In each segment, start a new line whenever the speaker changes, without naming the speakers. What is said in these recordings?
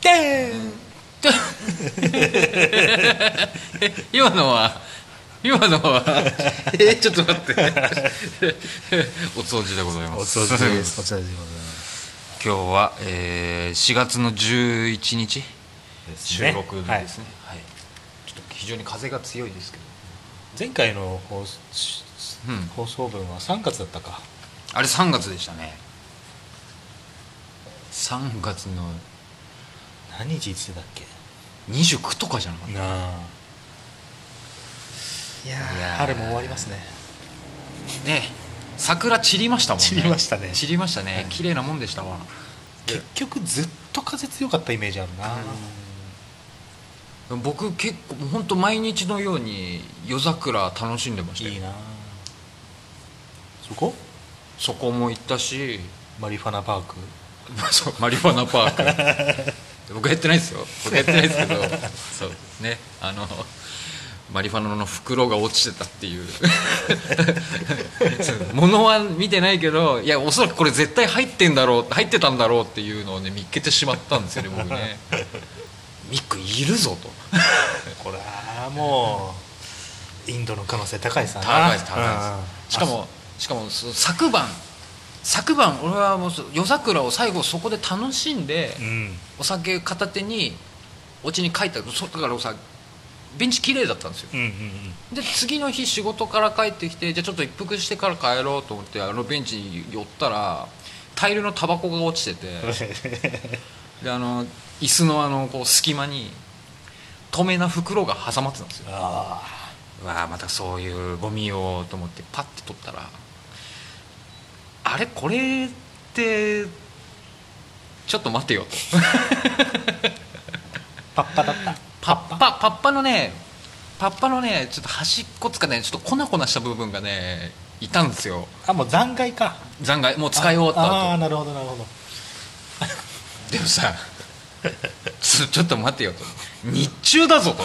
てん
ちょえ 今のは今のはえちょっと待ってお掃除でございます
お掃除ですお掃除でございます
今日は、えー、4月の11日
ですね
収録日ですねはい、ちょっと非常に風が強いですけど
前回の放送
うん
放送分は3月だったか
あれ3月でしたね3月の
何日いつだっけ
29とかじゃなかった
なあいやー
いやー
春も終わりますね
ね桜散りましたもんね
散りましたね
散りましたね
うん
綺麗なもんでしたわ
結局ずっと風強かったイメージあるな
僕結構もう本当毎日のように夜桜楽しんでましたよ
いいなそこ
そこも行ったし
マリファナパーク
そうマリファナパーク 僕やってないですよ僕やってないですけど そうねあのマリファナの袋が落ちてたっていう そう物は見てないけどいやおそらくこれ絶対入ってんだろう入ってたんだろうっていうのをね見っけてしまったんですよね僕ね ミックいるぞと
これはもうインドの可能性高いさ
高いです高いですしかもしかもそう昨晩昨晩俺はもうそう夜桜を最後そこで楽しんで、
うん
お酒片手にお家に帰ったそうだからさベンチ綺麗だったんですよ
うんうん
で次の日仕事から帰ってきてじゃあちょっと一服してから帰ろうと思ってあのベンチに寄ったら大量のタバコが落ちててであの椅子のあのこう隙間に透明な袋が挟まってたんですよ
あ
うわあまたそういうゴミをと思ってパッて取ったらあれこれってちょっと待てよと
あパッパだった
パッパパッパのねパッパのねちょっと端っこつかねちょっと粉々した部分がねいたんですよ
あもう残骸か
残骸もう使い終わった
ああー
後
なるほどなるほど
でもさちょちょっと待てよと日中だ ぞと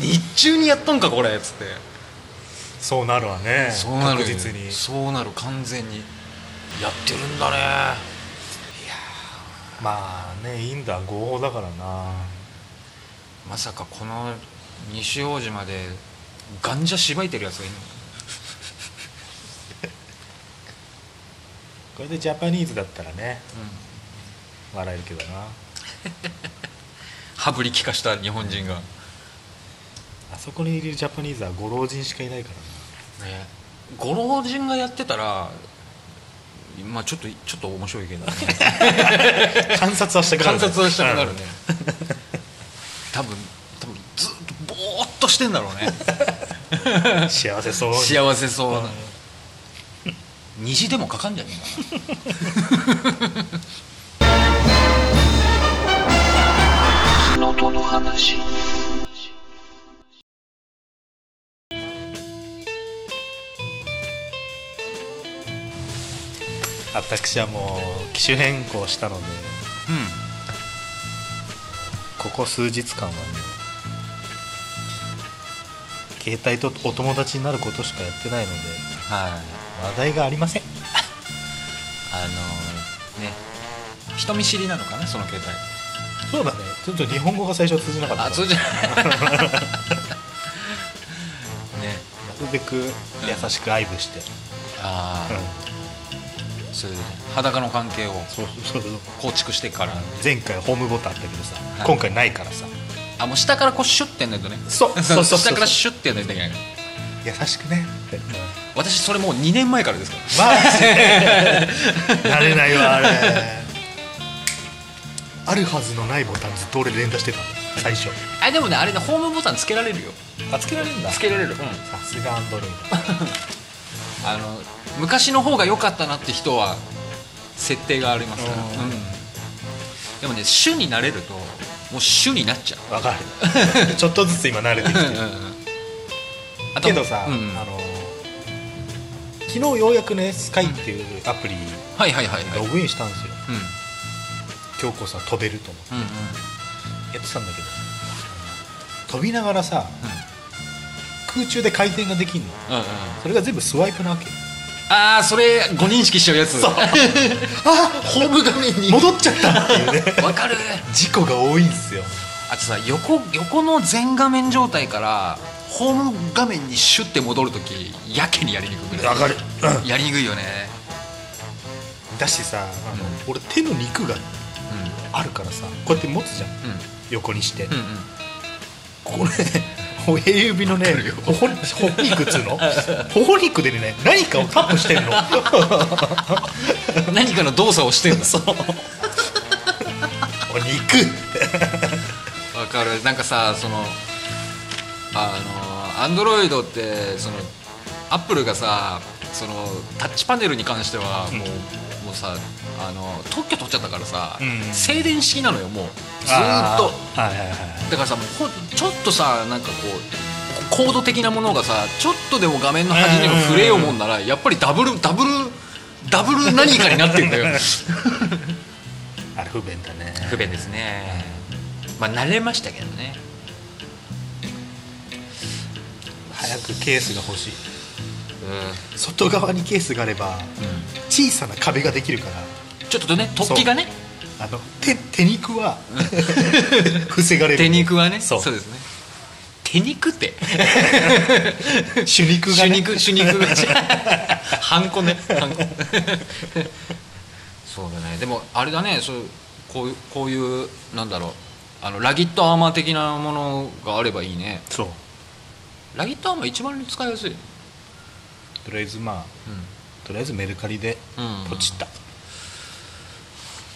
日中にやったんかこれっつって
そうなるわね
そうなるよ
確実に
そうなる完全にやってるんだね
まあねインドは合法だからな
まさかこの西大島でガンジャしばいてるやつがいる
これでジャパニーズだったらね
の、うん、
笑えるけどな
羽振り利かした日本人が、ね
あそこにいるジャパニーズはご老人しかいないから
ご老人がやってたらまあちょっとちょっと面白いけど、ね、
な観察はしたくなる
観察をしたくなるね 多分多分ずっとぼーっとしてんだろ うね
うん幸せそうに
幸せそうな、
うん
虹でもかかんじゃねえか
私はもう機種変更したので
な
ここ数日間はね携帯とお友達になることしかやってないので
うんはい
話題がありません
あのね人見知りなのかなその携帯
そうだねちょっと日本語が最初通じなかった
あ
の
そうじゃない ね
なるべく優しく愛撫して、
ああ、
う
それでね裸の関係を
ん、そうそうそう
構築してから
前回ホームボタンあったけどさ、
い
今回ないからさ
あもう下からこうシュッてやんないとね
そうそうそうそう
下からシュッてやんないといけないから
優しくねって、
私それもう2年前からですから
マ ジ慣れないわあれあるはずのないボタンずっと俺連打してたの最初
あでもねあれねホームボタンつけられるよ
あつけられるんだ
つけられるうん
さすがアンドロイ
あの昔の方が良かったなって人は設定がありますから、
うん
うんでもね主になれるともう主になっちゃう
ドわかる ちょっとずつ今慣れてきてる
あと
けどさ、
うんうん
あの昨日ようやくねスカイっていうアプリに
はいはいはいはい
ログインしたんですよ、
うん
今日こそ飛べると思って
うんうん
やってたんだけど飛びながらさ、空中で回転ができる
うん
の
うん
それが全部スワイプなわけ
ああそれ誤認識しちゃうや つ
そうあ
ホーム画面に
戻っちゃったっていうね
わかる
事故が多いんですよ
あとさ横横の全画面状態からホーム画面にシュッて戻るときやけにやりにくくない
かる
やりにくいよね
だしさあの、俺手の肉があるからさこうやって持つじゃん
うんうん
横にして、
うんうん
これ親指のねほほほほ肉っつうのほほ肉でね何かをタッ プしてんの
何かの動作をして るんだ
お肉
わかるなんかさそのあのアンドロイドってそのアップルがさそのタッチパネルに関してはもう,、もうさあの特許取っちゃったからさ、
うん
静電式なのよもうずー
あ
っと
ーはいはいはい
だからさもうほんちょっとさなんかこうコード的なものがさちょっとでも画面の端にも触れようもんならやっぱりダブルダブルダブル何かになってるん だよ
あれ不便だね
不便ですねまあ慣れましたけどね
早くケースが欲し
う
い
ん
外側にケースがあれば小さな壁ができるから
ちょっとね突起がね
あの手手肉 は防がれる
手肉はね
そ
そううですね手肉って
手肉が
手
ね
肉手肉がハンコねハンコそうだねでもあれだねそうこういうこういうなんだろうあのラギットアーマー的なものがあればいいね
そう
ラギットアーマー一番使いやすいよ
とりあえずまあとりあえずメルカリで
うん
ポチった、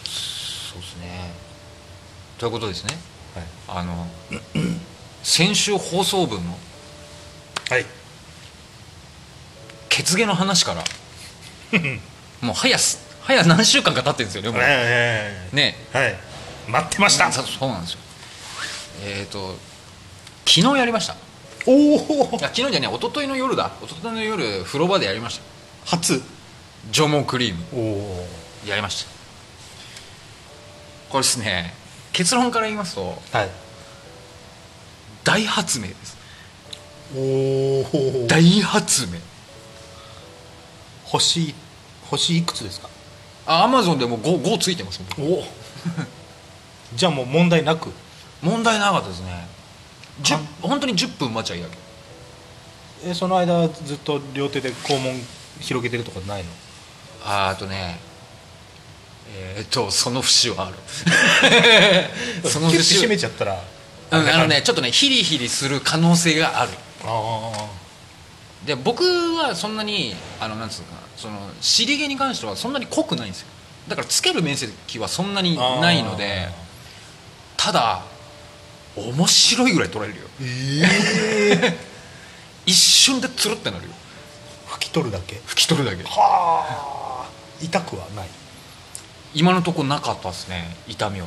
そうですねということですね
はい
あの先週放送分の
はい
ケツ毛の話からもう早す早何週間か経ってるんですよねもう
ええ
ね
はい待ってました
そうそうなんですよえっ、と昨日やりましたい
おお
や昨日じゃね一昨日の夜だ一昨日の夜風呂場でやりました
初
除毛クリーム
おお
やりましたこれですね結論から言いますと
はい
大発明です
おお
大発明
星星いくつですか
あアマゾンでもう 5, 5ついてますもん
おお じゃあもう問題なく
問題なかったですね10本当に10分待ちゃいいだけ
えその間ずっと両手で肛門広げてるとかないの
あーあとねえーっとその節はあ るその
キュッて
節
閉
は
めちゃったら
うんあのねちょっとねヒリヒリする可能性がある
あ
で僕はそんなにあのなんつうのかなその尻毛に関してはそんなに濃くないんですよだからつける面積はそんなに
あー
ないのでただ面白いぐらい取られるよ
ーええ
一瞬でつるってなるよ
拭き取るだけ
拭き取るだけ
はあ痛くはない
今のとこなかったですね痛みは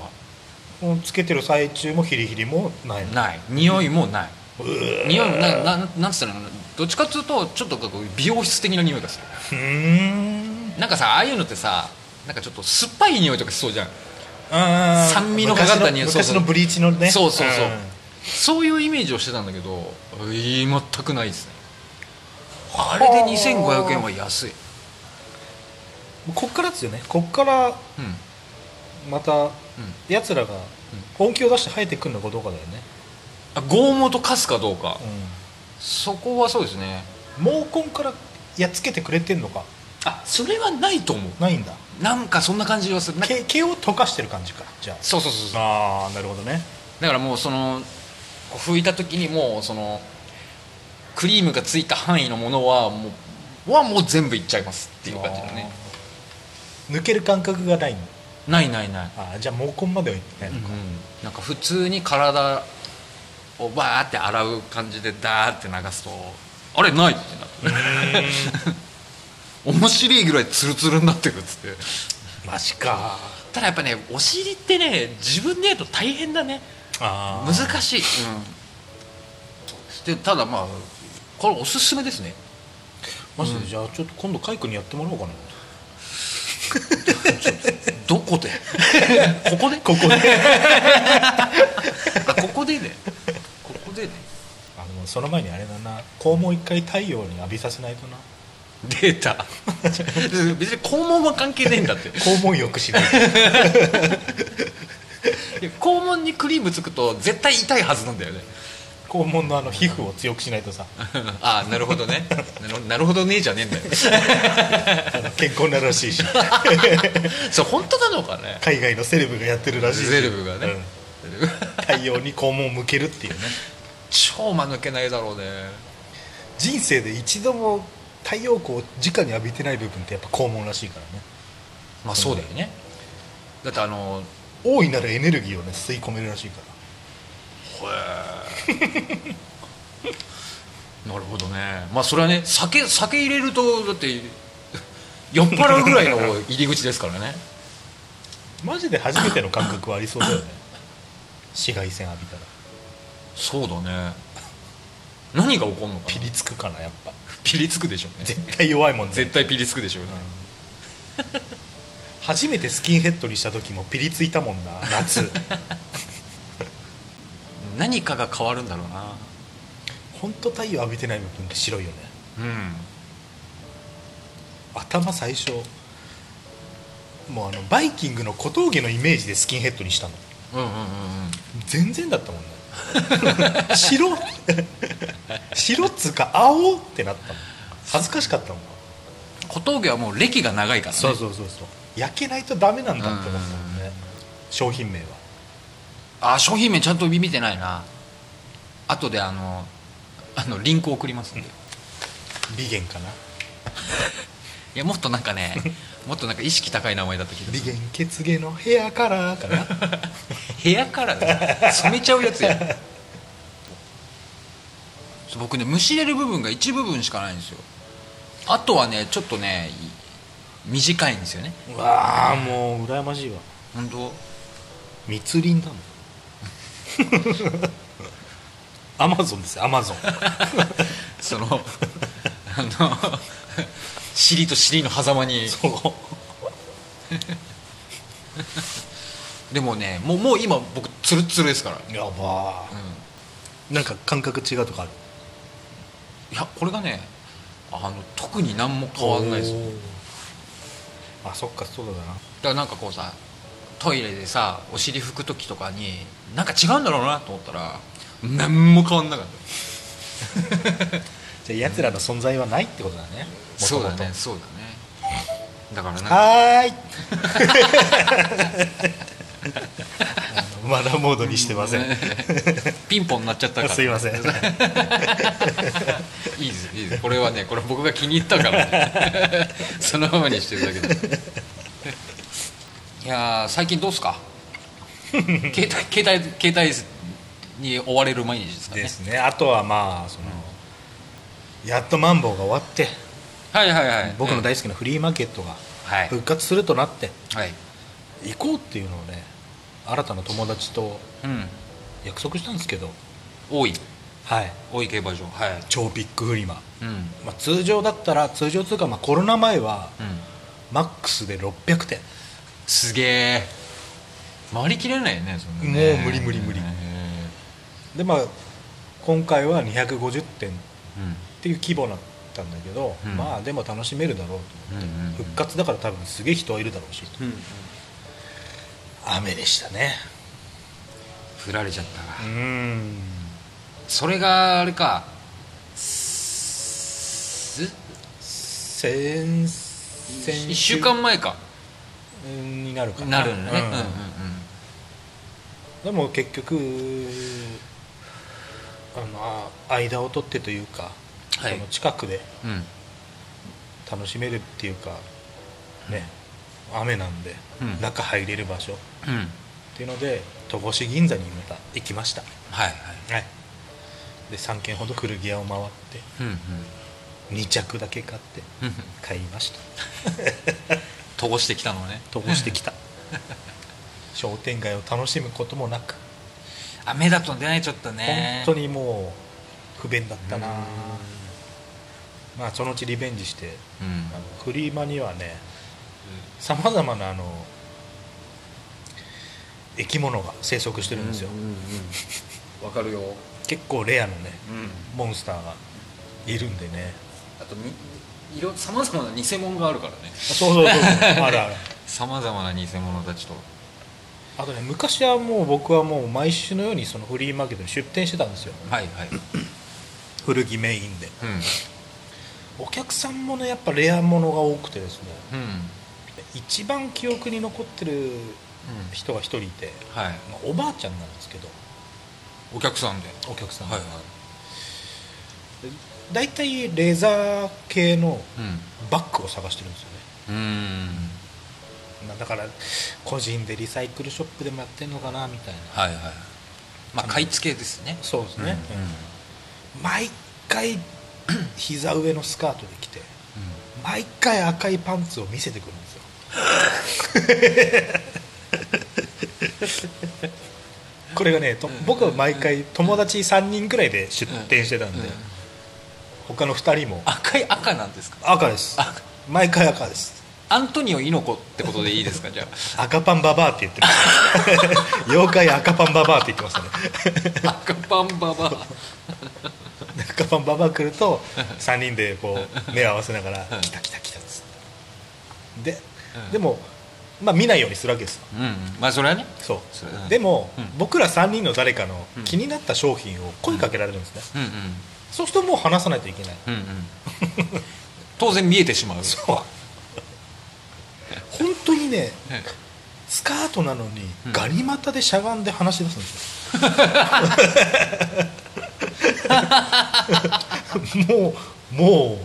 もうつけてる最中もヒリヒリもないの
ない匂いもない
うんう
匂いもなななんつったらいいのかなどっちかっていうとちょっとこう美容室的な匂いがする
ーん
なんかさああいうのってさなんかちょっと酸っぱい匂いとかしそうじゃん
酸
酸味のかかった匂い
昔の
そうそう
昔のブリーチのね
そうそうそう、
ん
そういうイメージをしてたんだけどえー全くないですねあれで2500円は安い、
こっからですよねこっから
うんうん、
またやつらが本気を出して生えてくるのかどうかだよね、
あ剛毛と貸すかどうか、そこはそうですね
毛根からやっつけてくれてんのか
あそれはないと思う
ないんだ
なんかそんな感じがするなんか
毛毛を溶かしてる感じかじゃ
そうそうそうそう
ああーなるほどね
だからもうそのこう拭いた時にもうそのクリームがついた範囲のものはもうはもう全部いっちゃいますっていう感じだね
あー抜ける感覚がないの
ないないない
あーじゃあ毛根まではいってないのか、
なんか普通に体をバーって洗う感じでダーって流すとあれないってな って面白いぐらいツルツルになってくっつって
マジか
ただやっぱねお尻ってね自分でやると大変だね
あー
難しい、うん、でただまあこれおすすめですね
マジでじゃあちょっと今度カイ君にやってもらおうかな
どこでここで
ここで
あここでねここでね
あのその前にあれだな肛門一回太陽に浴びさせないとな
データ 別に肛門は関係ねえんだって
肛門 浴しない
いや肛門にクリームつくと絶対痛いはずなんだよね
肛門のあの皮膚を強くしないとさ
ああなるほどねなるほどなるほどねえじゃねえんだよ
あの健康になるらしいし
それ本当なのか ね
海外のセレブがやってるらしいし
セレブがね
うん太陽に肛門を向けるっていうね
超間抜けないだろうね
人生で一度も太陽光を直に浴びてない部分ってやっぱ肛門らしいからね
まあそうだよねだってあの
大いなるエネルギーをね吸い込めるらしいから
なるほどねまあそれはね酒酒入れるとだって酔っ払うぐらいの入り口ですからね
マジで初めての感覚はありそうだよね 紫外線浴びたら
そうだね何が起こるのか
ピ
な
リつくかなやっぱ
ピリつくでしょうね
絶対弱いもんね
絶対ピリつくでしょうね
初めてスキンヘッドにした時もピリついたもんな夏
何かが変わるんだろうな
本当太陽浴びてない部分って白いよね
うん
頭最初もうあのバイキングの小峠のイメージでスキンヘッドにしたの
うんうんうんうん
全然だった もんね白白っつうか青ってなったの恥ずかしかったもん
小峠はもう歴が長いからね
そうそうそう焼けないとダメなんだって思ったもんね商品名は
あ商品名ちゃんと見てないな後であのあのリンク送りますんで
ビゲンかない
やもっとなんか ねもっとなんか意識高い名前だった気が
ビ
する
ゲン血毛のヘアカラーかな
部屋からね染めちゃうやつやそう僕ねむしれる部分が一部分しかないんですよあとはねちょっとねい短いんですよね
うわあもう羨ましいわ
本当
密林だもん アマゾンですよアマ ゾン
そ のあの尻と尻の狭間に
そう
でもねもうもう今僕ツルッツルですから、う
やば
ん、
ーなんか感覚違うとかある
いやこれがねあの特に何も変わんないですだか
おーあそっかそうだな
らなんかこうさトイレでさお尻拭く時とかになんか違うんだろうなと思ったら何も変わんなかった
じゃあやつらの存在はないってことだね
そうだ
元
ね
々
そうだねだからなんか
はーいあのマナーモードにしてません
ピンポンなっちゃったから
すいません
いいですいいですこれはねこれ僕が気に入ったから、ね、 そのままにしてるだけでいやー最近どうっす か携帯携帯携帯に追われる毎日ですかね
ですねあとはまあそのやっとマンボウが終わって
はいはいはい
僕の
大
大好きなフリーマーケットが
はい
復活するとなって
はい
行こうっていうのをね新たな友達と
うん
約束したんですけど
多い
はい
多い競馬場はい
超ビッグフリマ、
うんうん
まあ、通常だったら通常というか、まあ、コロナ前はマックスで600点
すげえ回りきれないよねそんなね
もう無理無理無理
ね
でまあ今回は250点っ
うん
ていう規模だったんだけど、
うん
まあでも楽しめるだろうと思って、
うんうんうん
復活だから多分すげえ人はいるだろうし、
うん
雨でしたね
振られちゃった
うん
それがあれかす
先先
1週間前か
になるか
なるのね、うんうんうん
でも結局あのあ間を取ってというか、
はい
その近くで
うんうん
楽しめるっていうかね雨なんで、
うん
中入れる場所っ
うん
ていうので戸越銀座にまた行きました
はいはい
はいで3軒ほど古着屋を回っ
う
て
んうん
2着だけ買って
うん
買いました
飛ばしてきたのね
戸越してきた商店街を楽しむこともなく
雨だと出ないちょっとね
本当にもう不便だったなまあそのうちリベンジして
うん
あのフリーマにはねさまざまなあの生き物が生息してるんですよ、
ううんわかるよ
結構レアのね
うん
モンスターがいるんでね
あとに色さまざまな偽物があるからね
そうそうそう そうあるある
さまざまな偽物たちと
あとね昔はもう僕はもう毎週のようにそのフリーマーケットに出店してたんですよ
はいはい、
古着メインで
う
お客さんもねやっぱレアものが多くてですね
ん、うん、
一番記憶に残ってる人が一人いて、
はい
まあおばあちゃんなんですけど
お客さんで
お客さん、
はいはい
大体レザー系
う
のバッグを探してるんですよ
んうん
ねなだから個人でリサイクルショップでもやってんのかなみたいな
はいはいまあ買い付けですね
そうですね、
うんうん
毎回 膝上のスカートで着て毎回赤いパンツを見せてくるんで すよこれがねと僕は毎回友達3人くらいで出店してたんで、
うんうん
他の2人も
赤い赤なんですか
赤です
赤
毎回赤です
アントニオ猪子ってことでいいですか じゃ
赤パンババアって言ってま す妖怪赤パンババアって言ってましたね
あ赤パンババ
赤パンババア来ると3人でこう目を合わせながら「来た来た来た」っつってで
うん
でもまあ見ないようにするわけですよ
うんまあそれはね
そう
それうん
でも、
うん
僕ら3人の誰かの
うん
気になった商品を声かけられるんですね、
うんうん
そうするともう話さないといけない
うんうん当然見えてしまう
そう本当にね
え
スカートなのに
うん
ガニ股でしゃがんで話し出すんです よもうも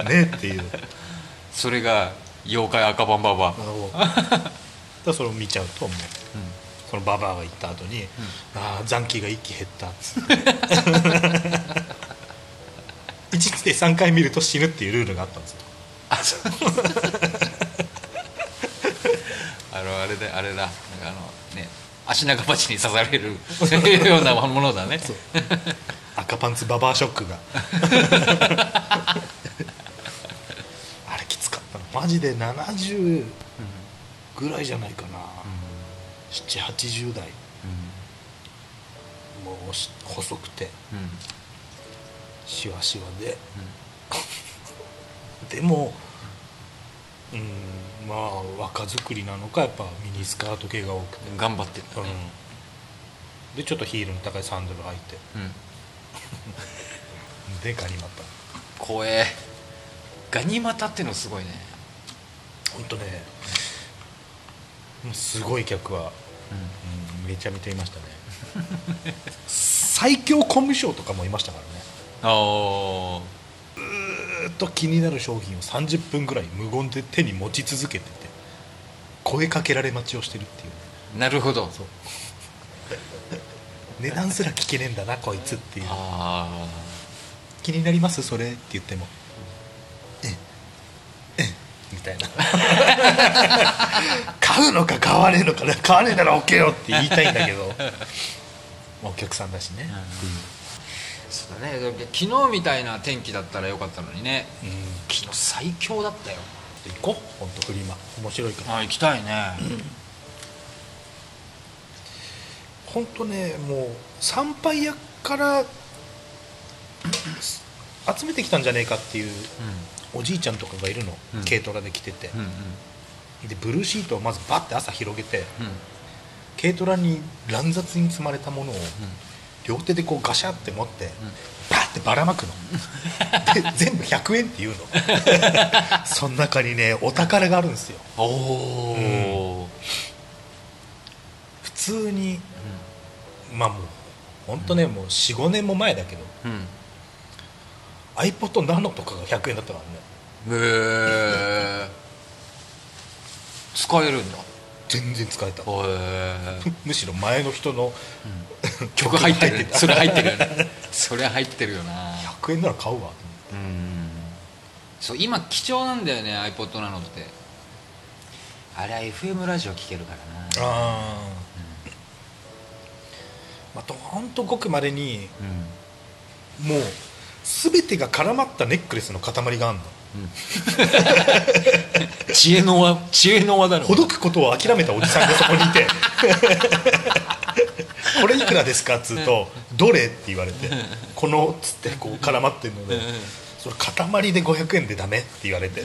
うねっていう
え それが妖怪赤パンババア
あのだからそれを見ちゃうともうそのババアが行った後に「ああ残機が一気減った」っつって1日で3回見ると死ぬっていうルールがあったんですよ
あそうあのあれだあれだなんかあのね足長鉢に刺される ようなものだね
赤パンツババアショックがあれきつかったのマジで70ぐらいじゃないかな、780代もうし細くて
うんうん
シワシワで、でもうんまあ若作りなのかやっぱミニスカート系が多くて、
頑張ってん
う
だ
ん
ね、
でちょっとヒールの高いサンドル履いて
うん
でガニ股
怖えガニ股ってのすごいね、
ほんとねもうすごい客は、うんめちゃめちゃいましたね最強コミュ障とかもいましたからね
ああ
ずっと気になる商品を30分ぐらい無言で手に持ち続けてて声かけられ待ちをしてるっていうね
なるほど
そう値段すら聞けねえんだなこいつっていう
あ
気になりますそれって言ってもええええみた いな買うのか買わねえのか買わねえなら OK よって言いたいんだけどまあお客さんだしね、
あそうだね昨日みたいな天気だったらよかったのにね
うん
昨日最強だったよ
ちょっと行こう本当フリマ面白いから
あ行きたいね
本当ねもう参拝屋から集めてきたんじゃねえかっていうおじいちゃんとかがいるの、
うん
軽トラで来てて
うん、うん
でブルーシートをまずバッて朝広げて
うん
軽トラに乱雑に積まれたものを両手でこうガシャって持って、バッてばらま くので全部100円って言うの その中にねお宝があるんですよ
おおー、
普通にまあもう本当ね、もう45年も前だけど
うんうん
iPod ナノとかが100円だったからね
へえ使えるんだへ
全然使えた
え
むしろ前の人の
曲入ってる
曲が入っ
それ
てた
入ってるよ ねそれ入ってるよな
100円なら買うわと思って
うんそう今貴重なんだよね iPod なのってあれは FM ラジオ聴けるからな
あーまあとほんとごくまれに
うん
もう全てが絡まったネックレスの塊があんの
知恵の輪知恵の輪だろ
ほどくことを諦めたおじさんがそこにいて これいくらですかっつうと「どれ?」って言われて「この」っつってこう絡まってるので
うんうん
そその塊で500円でダメって言わ れて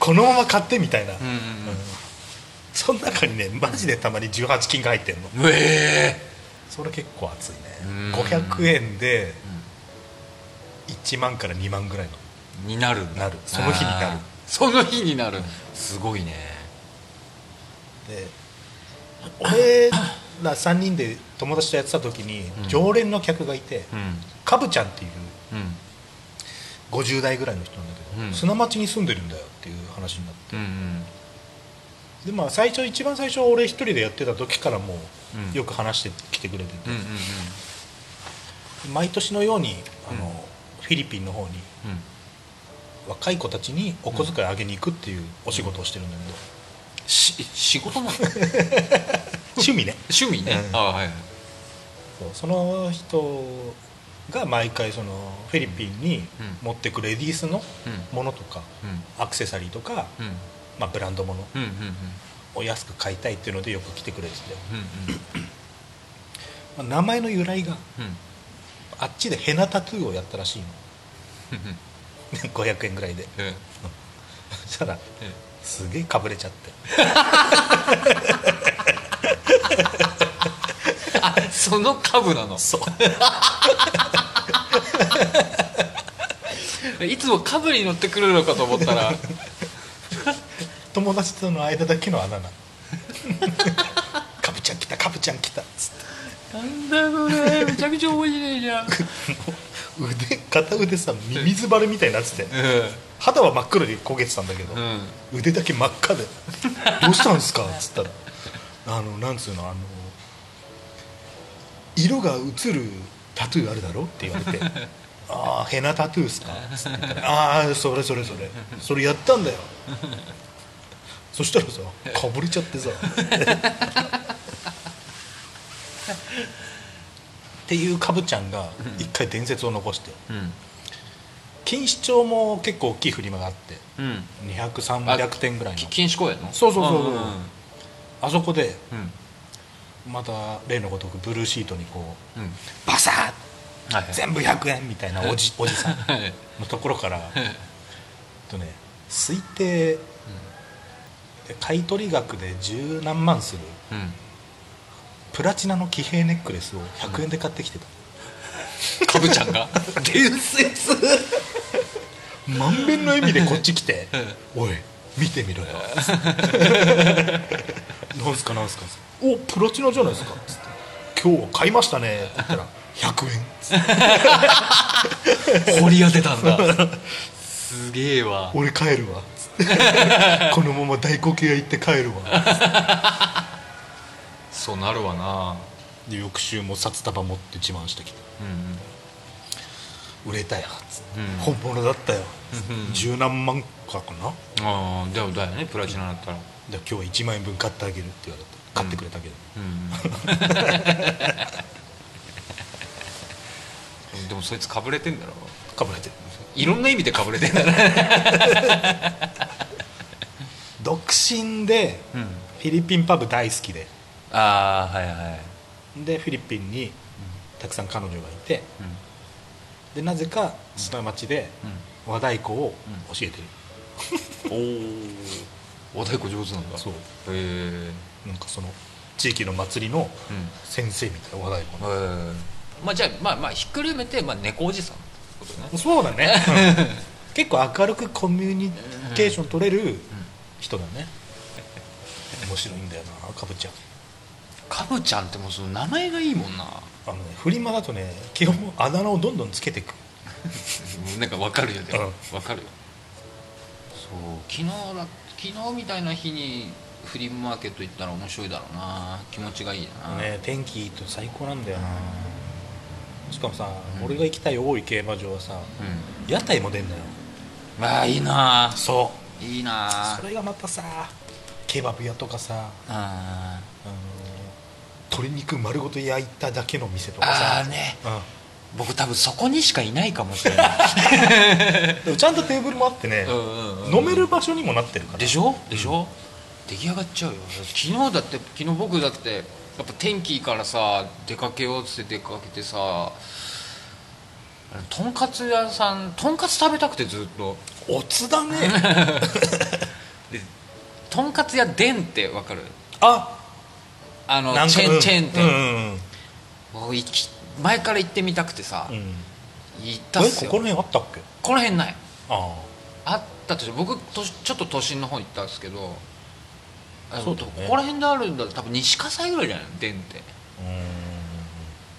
このまま買ってみたいな、
うんうん
その中にねマジでたまに18金が入ってんの
うんうえ
それ結構熱いね
うん
500円で1万から2万ぐらいの
ーになるんだ
なるその日になる
あーその日になるすごいね
で俺ら3人で友達とやってた時に
うん
常連の客がいて、
うん
カブちゃんってい
う
う
ん
50代ぐらいの人なんだけど、
うん
砂町に住んでるんだよっていう話になって
うんうん
でまあ最初一番最初俺一人でやってた時からも
うん
うよく話してきてくれてて
うんうん、
毎年のようにあの、
うん
フィリピンの方に
うんうん
若い子たちにお小遣いあげに行くっていうお仕事をしてるんだけど、
し仕事なの
趣味ね
趣味ね、
うん
あはいはい
そうその人が毎回そのフィリピンに
うん
持ってくレディースの
う
ものとか
んうん
アクセサリーとか、
うん
まあ、ブランドもの
うんうん
を安く買いたいっていうのでよく来てくれてて、
うん
まあ名前の由来が
うんうん
あっちでヘナタトゥーをやったらしいの
うん
500円ぐらいで
え
そしたら
え
すげえかぶれちゃって
あその株なの
そう
いつも株に乗ってくるのかと思ったら
友達との間だけ の穴なのカブちゃん来たカブちゃん来たっつって
なんだこれめちゃくちゃ面白いじゃん、
腕片腕さミミズバルみたいになってて
う
肌は真っ黒で焦げてたんだけど、
んうん、
腕だけ真っ赤で「どうしたんですか?」っつったらあのなんつうのあの色が映るタトゥーあるだろって言われて「ああヘナタトゥーっすか?」っつって言ったらああそれそれそれそれやったんだよ」そしたらさかぶれちゃってさっていうカブちゃんが一回伝説を残して
うん
錦糸町も結構大きいフリマがあって
うん
200300点ぐらいの
き禁止公演の
そうそうそうそう
うんうん
あそこで
うん
また例のごとくブルーシートにこう
うん
バサッ
はいはい
全部100円みたいなおじおじさん
はい
のところからえっとね推定で買取額で十何万する
うん
プラチナの騎兵ネックレスを100円で買ってきてた、
かぶちゃんが
伝説満面の笑みでこっち来て「おい見てみ ろよ」なんすかなんすか?」おプラチナじゃないですか」つって「今日は買いましたね」って言ったら「100円」つって
掘り当てたんだ すげえわ
俺帰る わ」つって「このまま大黒屋行って帰るわ
そうなるわな」
で翌週も札束持って自慢してきて
う
「売れたよ」つって、
うん
本物だったよ」つって
うんうん
十何万かかなん
ああでもだよねプラチナだったら
で今日は1万円分買ってあげるって言われて買ってくれたけど、
うん でもそいつかぶれてんだろ
かぶれてる
いろんな意味でかぶれてんだね
独身で
うん
フィリピンパブ大好きで
ああはいはい
でフィリピンにたくさん彼女がいて
うん
でなぜか砂町で和太鼓を教えてる、
おお太鼓上手なんだ
そう
へえ
なんかその地域の祭りの
うん
先生みたいな和太鼓の、
へえまあじゃあまあまあひっくるめてまあ猫おじさんってことね
そう だね、うん結構明るくコミュニケーション取れる人だね面白いんだよなかぶちゃん
かぶちゃんってもうその名前がいいもんな
あのねフリマだとね基本あだ名をどんどんつけていく
なんかわかるよでも
う
わかるよそう昨日だ昨日みたいな日にフリーマーケット行ったら面白いだろうな気持ちがいいな、
ね天気いいと最高なんだよなしかもさ、俺が行きたい大井競馬場はさ
う
屋台も出んだよ
んああいいな
そ
いいうな
それがまたさケバブ屋とかさ
あ
あの鶏肉丸ごと焼いただけの店と
ー
か
あ
さ
ーね
う
僕多分そこにしかいないかもしれない
んでもちゃんとテーブルもあってね
うんうんうん
飲める場所にもなってるから
でしょでしょ、出来上がっちゃうよ昨日だって昨日僕だってやっぱ天気いいからさ出かけようっつって出かけてさとんかつ屋さんとんかつ食べたくてずっと
おつだ ね
とんかつ屋でんってわかる
あ
あの
なんか
チェーンチェーン
う
店、
ん
僕行き前から行ってみたくてさ、
うんうん、
行ったっ
え
すよ
ここら辺あったっけ
この辺ない
あ
あったとして僕とちょっと都心の方行ったんですけどあの
そうだね
どこら辺であるんだろう多分西葛西ぐらいじゃないのでんって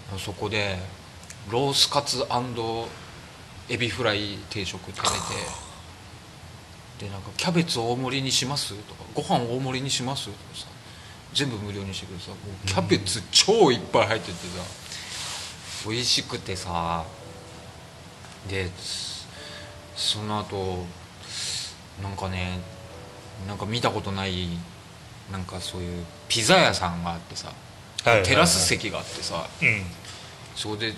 あうん
そこでロースカツエビフライ定食食べてでなんか「キャベツ大盛りにします?」とか「ご飯大盛りにします?」とかさ全部無料にしてくれてさもうキャベツ超いっぱい入っててさ美味しくてさでその後なんかねなんか見たことないなんかそういうピザ屋さんがあってさ
はいはいはい
テラス席があってさ
うん
そこでさ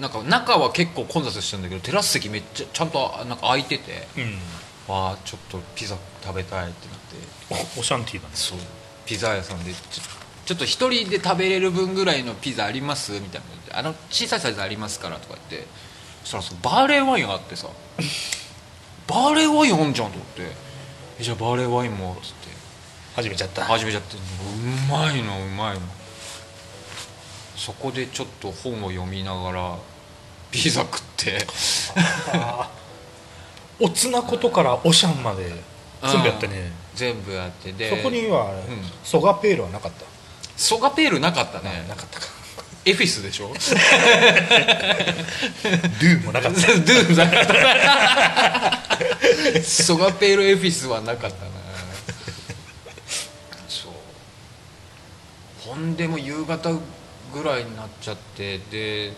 なんか中は結構混雑してるんだけどテラス席めっちゃちゃんとなんか空いてて
うん
わあちょっとピザ食べたいってなって
おおシャンティーだね
そうピザ屋さんでちょちょっと一人で食べれる分ぐらいのピザありますみたいなことであの小さいサイズありますからとか言ってそしたらさバーレーワインがあってさバーレーワインあんじゃんと思ってえじゃあバーレーワインもっつって
始めちゃった
始めちゃってうまいのうまいのそこでちょっと本を読みながらピザ食って
あーおつなことからおしゃんまで全部やってね
うん全部やってで
そこには
ん
ソガペールはなかった
ソガペールなかったね
なかったか
エフィスでしょ
ドゥもなか
ド
っ
ゥ
た
ームなかったソガペールエフィスはなかったな そうほんでもう夕方ぐらいになっちゃってで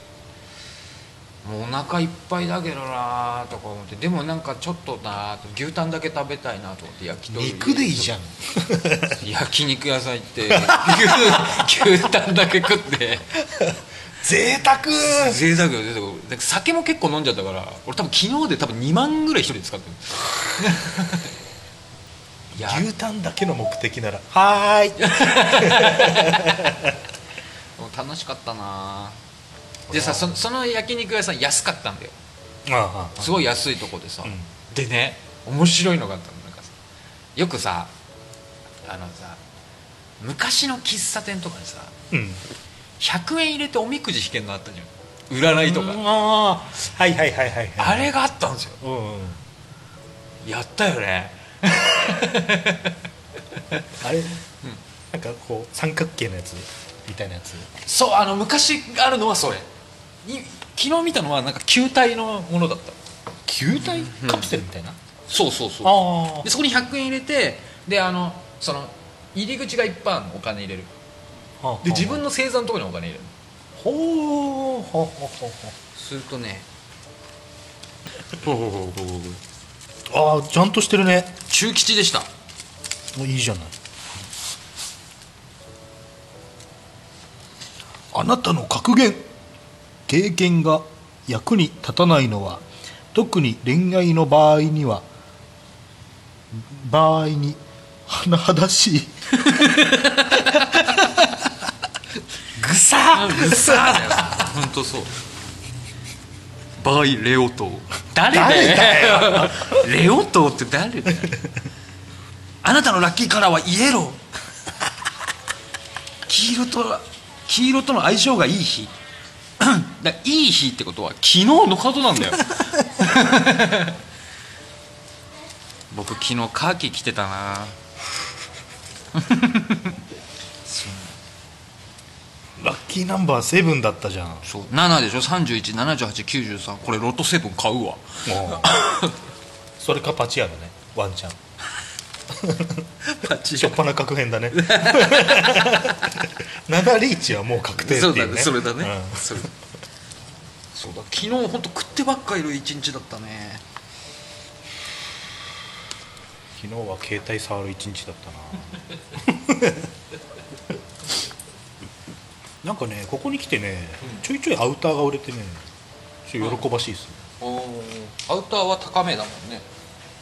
もうお腹いっぱいだけどなとか思ってでもなんかちょっとなと牛タンだけ食べたいなと思って焼き鳥
肉でいいじゃん
焼肉屋さん行って 牛牛タンだけ食って
贅沢
贅沢よ贅沢なんか酒も結構飲んじゃったから俺多分昨日で多分2万ぐらい一人で使ってるいや
牛タンだけの目的ならは ーい
楽しかったなでさそその焼肉屋さん安かったんだよ
あ
すごい安いとこでさ、
うん
でね面白いのがあったのなんかさよくさあのさ昔の喫茶店とかにさ
うん
100円入れておみくじ引けるのあったじゃん占いとか、
あーはいはいはいはいはい
あれがあったんですよ
うんうん
やったよね
あれなんかこう三角形のやつみたいなやつ
そうあの昔あるのはそれに昨日見たのはなんか球体のものだった
球体カプセルみたいな
そうそうそ
あ
でそこに100円入れてであのその入り口がいっぱいあるのお金入れる
あ
で自分の星座のところにお金入れる
ほうほうほうほう
するとね
ほうああちゃんとしてるね
中吉でした
もういいじゃないあなたの格言経験が役に立たないのは特に恋愛の場合には場合に甚だしいぐさ
うさーだよ本当そうバイレオ島誰
誰
だよレオ島って誰だよあなたのラッキーカラーはイエロー黄色と黄色との相性がいい日うんだいい日ってことは昨日のことなんだよ僕昨日カーキ着てたな
ラッキーナンバーセブンだったじゃん
そう7でしょ317893これロトセブン買 うわ
それかパチ屋だねワンちゃん
パチ
しょっぱな確変 だね7リーチはもう確定って
そう
い
だ
う
ね
ね
それだね、
うん
それそうだ昨日本当食ってばっかいる一日だったね
昨日は携帯触る一日だったな なんかねここに来てねちょいちょいアウターが売れてねちょっと喜ばしいですね
おアウターは高めだもんね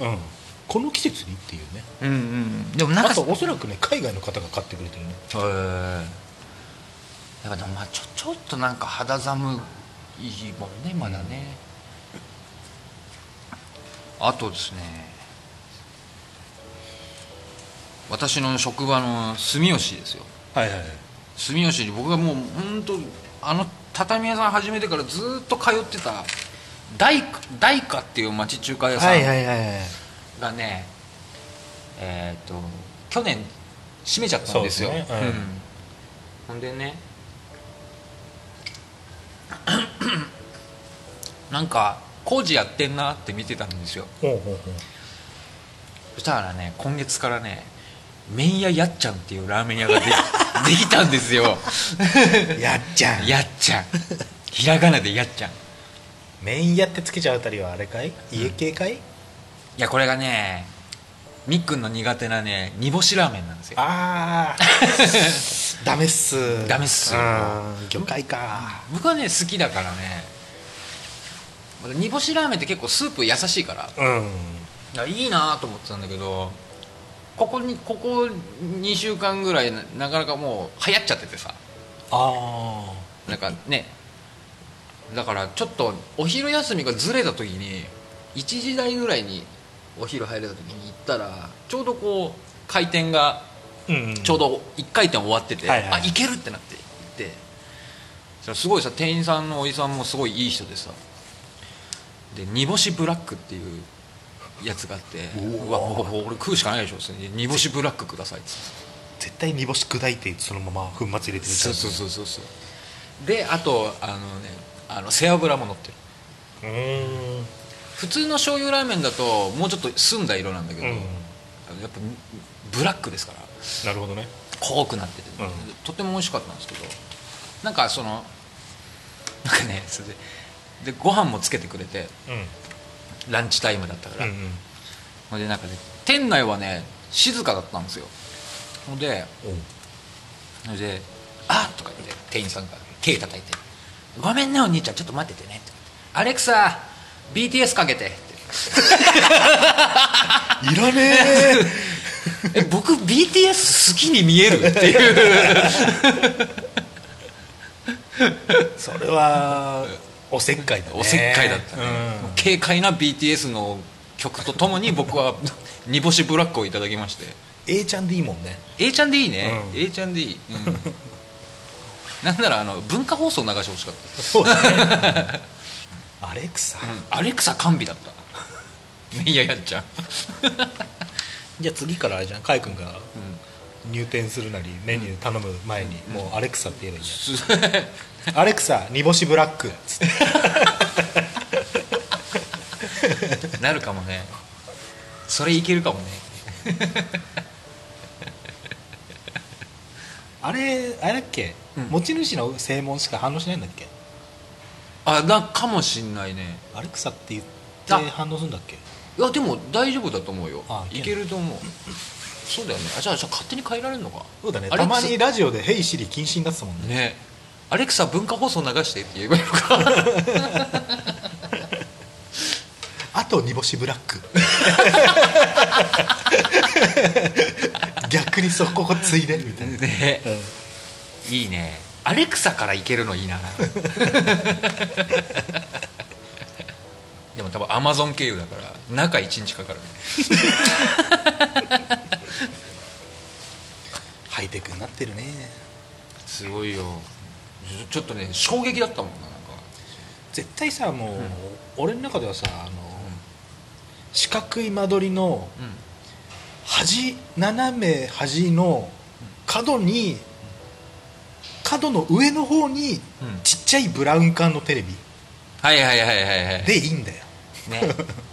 うんこの季節にっていうね
うんうんでもなん
あ
か
とおそらくね海外の方が買ってくれてるね
へえやっぱでもまあちょちょっとなんか肌寒いいもんねまだね、あとですね私の職場の住吉ですよ
はいはいはい
住吉に僕がもう本当あの畳屋さん始めてからずっと通ってた大工大家っていう町中華屋さん
はいはいはい
がね、えーっ、と去年閉めちゃったんですよ
そうですねうん
うんほんでね なんか工事やってんなって見てたんですよ
ほうほうほう
そしたらね今月からね麺屋やっちゃんっていうラーメン屋がで きできたんですよ
やっちゃん
やっちゃんひらがなでやっちゃんい
メインやってつけちゃうあたりはあれかい家系かい、
やこれがねみっくんの苦手なね煮干しラーメンなんですよ
ああ ダメっす
ダメっすよ
うん魚介か
僕はね好きだからねまた煮干しラーメンって結構スープ優しいからだか
うん
らいいなと思ってたんだけどここにここ2週間ぐらいななかなかもう流行っちゃっててさ
あ
なんかねだからちょっとお昼休みがずれた時に1時台ぐらいにお昼入れた時に行ったらちょうどこう回転が
あうん
ちょうど1回転終わってて、
はいはい
あいけるってなって行ってそしたらすごいさ店員さんのおじさんもすごいいい人でさで煮干しブラックっていうやつがあって
おー
うわもう俺食うしかないでしょそれ煮干しブラックくださいって
絶対煮干し砕いてそのまま粉末入れてる
そうそう
う
そうそうそうであとあのねあの背脂も乗ってる
うーん
普通の醤油ラーメンだともうちょっと澄んだ色なんだけど、
うん
あのやっぱブラックですから
なるほどね
濃くなってて、
うん
とても美味しかったんですけどなんかそのなんかねそれででご飯もつけてくれて
う
ランチタイムだったから、
んうん
ほんでなんかね店内はね静かだったんですよほんでそれで「あっ!」とか言って店員さんが手叩いて「ごめんねお兄ちゃんちょっと待っててね」って「アレクサ BTS かけて」って
いらね
え僕 BTS 好きに見えるっていう
えそれはおせっかいだね
おせっかいだったね、もう軽快な BTS の曲とともに僕は 煮干しブラックをいただきまして
A ちゃんでいいもんね
A ちゃんでいいね、
うん
A ちゃんでいい、うんなんならあの文化放送流してほしかった
そうだねアレクサ、
アレクサ完備だったいややっちゃん、
じゃあ次からあれじゃんカイ君が入店するなりメニュー頼む前に、もうアレクサって言えばいいんじゃ
す
んアレクサ煮干しブラックっつって
なるかもねそれいけるかもね
あれあれだっけ、
うん
持ち主の正門しか反応しないんだっけ
あなかもしんないね
アレクサって言って
あ
反応するんだっけ
いやでも大丈夫だと思うよ
あ
いけると思うそうだよねあじゃあじゃあ勝手に変えられるのか
そうだね
アレ
た
クサ
まにラジオで「ヘイシリ」禁止になってたもんね
ねアレクサ文化放送流してって言えばいいの か
あと煮干しブラック逆にそこをついでみたいな、
ね
うん
いいねアレクサからいけるのいい なでも多分アマゾン経由だから中1日かかるね
ハイテクになってるね
すごいよちょちょっとね衝撃だったもんななんか
絶対さもう、
ん
俺の中ではさあの、四角い間取りの
う
端斜め端の角に角の上の方に
うん
ちっちゃいブラウン管のテレビ
はいはいはいはいはい
でいいんだよ、
ね、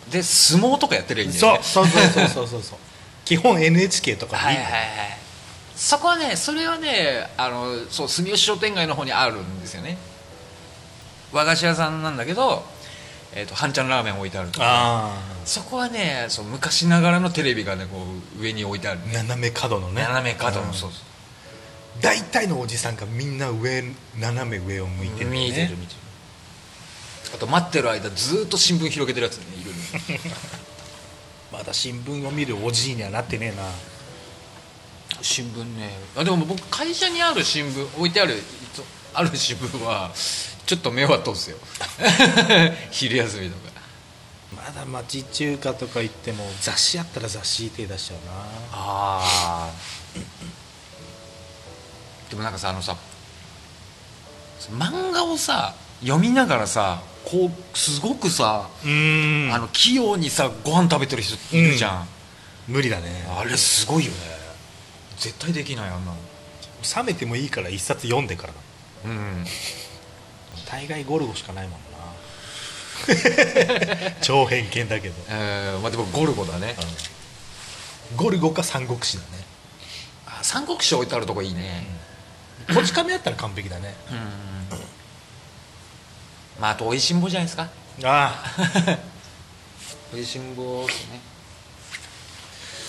で相撲とかやってるいいんだよ
そう
ね
そうそうそうそう そう基本 NHK とかで
はい
いん
はい
だよ
はいそこはねそれはねあのそう住吉商店街の方にあるんですよね和菓子屋さんなんだけど、えー、と半ちゃんラーメン置いてあると
あ
そこはねそう昔ながらのテレビがねこう上に置いてある、
あ斜め角のね
斜め角の、
うん
そうそ
大体のおじさんがみんな上斜め上を向いて
う
る、ね、
見えてる見てるあと待ってる間ずっと新聞広げてるやつねいるの
まだ新聞を見るおじいにはなってねえな
新聞ねあでも僕会社にある新聞置いてあるいつある新聞はちょっと目は通すよ 昼休みとか
まだ町中華とか行っても雑誌あったら雑誌手出しちゃうな
あーでもなんかさあのさ漫画をさ読みながらさこうすごくさ、
うん
あの器用にさご飯食べてる人いるじゃん、
無理だね
あれすごいよね絶対できないあんなの
冷めてもいいから一冊読んでからだ
うん
大概ゴルゴしかない もんな超偏見だけど、
えー、まあでもゴルゴだね
うんゴルゴか三国志だね
あ三国志置いてあるとこいいね
こち亀あったら完璧だね
うん、まああとおいしんぼじゃないですか
ああ
おいしんぼですね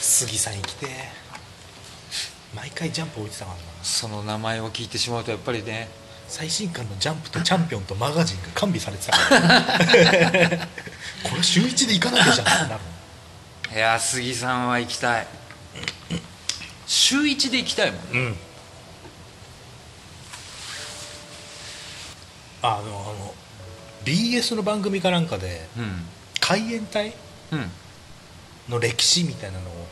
杉さん行きてえ毎回ジャンプ置いてたからな
その名前を聞いてしまうとやっぱりね
最新刊の「ジャンプ」と「チャンピオン」とマガジンが完備されてた からこれ週一で行かなきゃじゃんってなる
いや杉さんは行きたい週一で行きたいもん
うんあのあの BS の番組かなんかで
う
海援隊
んうん
の歴史みたいなのを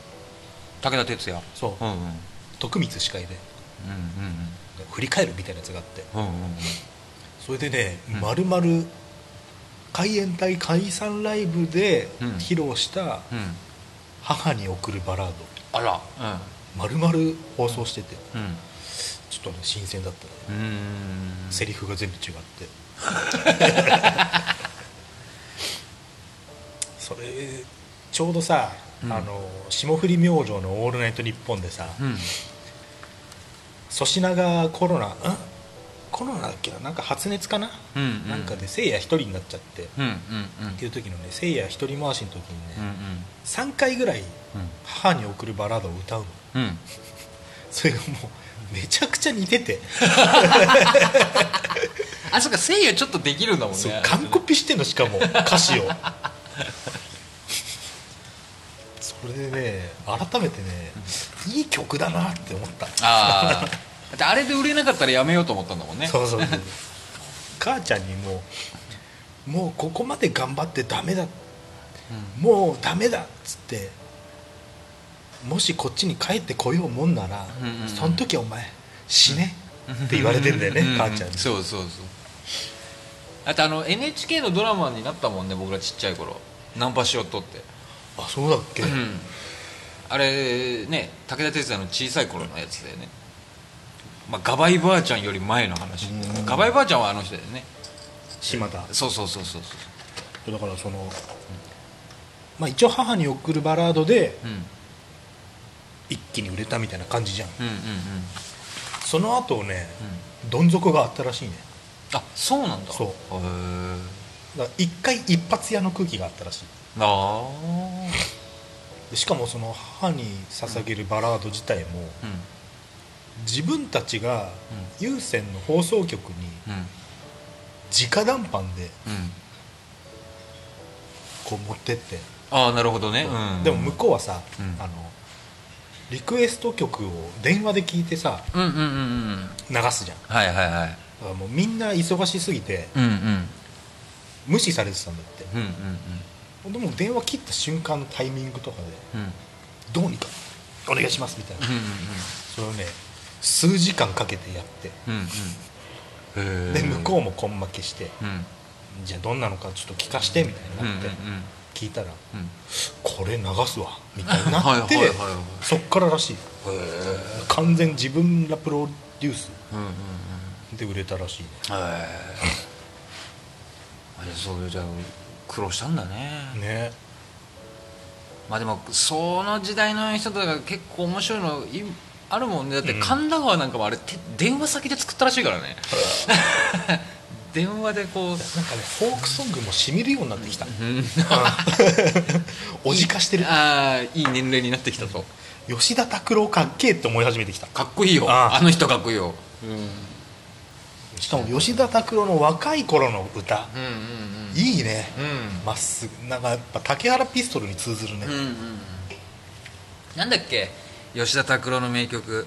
武田鉄矢
そ
うんうんうん
徳光司会で振り返るみたいなやつがあって
うんうんうんうん
それでね、
うん
まるまる海援隊解散ライブで
うん
披露した
うん
「母に贈るバラード
あら」
まるまる放送してて
うんうん
ちょっとね新鮮だったね
うーん
セリフが全部違 ってそれちょうどさ、
うん
あの霜降り明星の「オールナイトニッポン」でさ
うん
粗品がコロナんコロナだっけななんか発熱かな、
うんうん
なんかでせいや一人になっちゃってっ
うんうんうん
ていう時のねせいや一人回しの時にね、
うん
3回ぐらい
うん
「母に贈るバラード」を歌うの
うんうん
それがもうめちゃくちゃ似てて、
あそっか声優ちょっとできるんだもん
そう
ね
完コピしてんのしか も歌詞をそれでね改めてねいい曲だなって思った
ああだってあれで売れなかったらやめようと思ったんだもんね
そうそうそう母ちゃんにもうもうここまで頑張ってダメだもうダメだっつってもしこっちに帰ってこようもんなら、
うんうんうん
その時お前死ねって言われてんだよね、
ううう
母ちゃんに
そうそうそうあとあの NHK のドラマになったもんね僕らちっちゃい頃ナンパしようとって
あそうだっけ、
うんあれね武田鉄矢の小さい頃のやつだよね、まあ、ガバイばあちゃんより前の話
うん
ガバイばあちゃんはあの人だよね
島田
そうそうそうそうそ
だからその、まあ、一応母に贈るバラードで
う、うん、うん
一気に売れたみたいな感じじゃん
うんうん
その後ね、どん底があったらしいね
あそうなんだ
そう
へえ
だから一回一発屋の空気があったらしい
ああ
でしかもその母に捧げるバラード自体も
う
自分たちが有線の放送局に
んうん
直談判で
うん
こう持ってって、
ああなるほどね、うん、
でも向こうはさ、
うん
あのリクエスト曲を電話で聞いてさ
うんうんうんうん
流すじゃんだ
はいはいはい
からもうみんな忙しすぎて
うんうん
無視されてたんだって
うんうん
でも電話切った瞬間のタイミングとかで
うんうん
どうにかお願いしますみたいな
うん
それをね数時間かけてやって
うんうんうんうん
で向こうも根負けして
ううん
じゃあどんなのかちょっと聞かしてみたいに
うんう
なっ
ん
て聞いたら
うん
これ流すわみたいになっ
はい
て
はいはいはい
そっかららしい
うんへえ
完全自分らプロデュース
うんうんうん
で売れたらしいね
へえあれそうじゃあ苦労したんだね
ね
まあでもその時代の人とかが結構面白いのいあるもんねだって神田川なんかもあれて電話先で作ったらしいから ね電話でこう
なんかねフォークソングもしみるようになってきた おじかして る
ああいい年齢になってきたと
吉田拓郎かっけえって思い始めてきた
かっこいいよあ
ああ
の人かっこいいよ
しかも吉田拓郎の若い頃の歌
うんうん
いいね
うん
まっすぐなんかやっぱ竹原ピストルに通ずるね、
うんうんうんなんだっけ吉田拓郎の名曲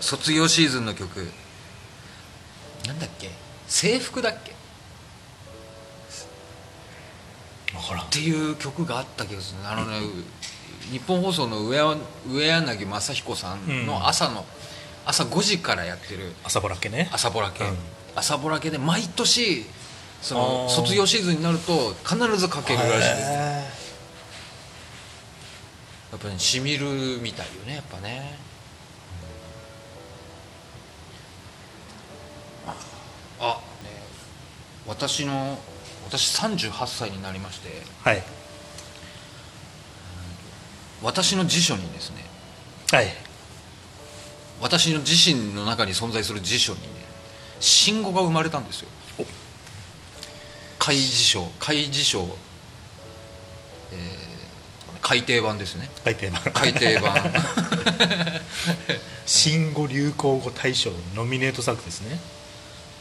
卒業シーズンの曲なんだっけ「制服だっけっ
分からん
ていう曲があった気がするあのね日本放送の上上柳正彦さんの朝の、朝5時からやってる
朝ぼらっけね
朝ぼらけ、
うん
朝ぼらけで毎年その
あー
卒業シーズンになると必ずかけるらしいですや
へ
っぱり、ね、しみるみたいよねやっぱねあね私の私38歳になりまして
ーはい
私の辞書にですね
はい
私の自身の中に存在する辞書にね新語が生まれたんですよ
お
怪辞書怪辞書、えー改訂版ですね
書いてます
改訂 版
新語・流行語大賞ノミネート作ですね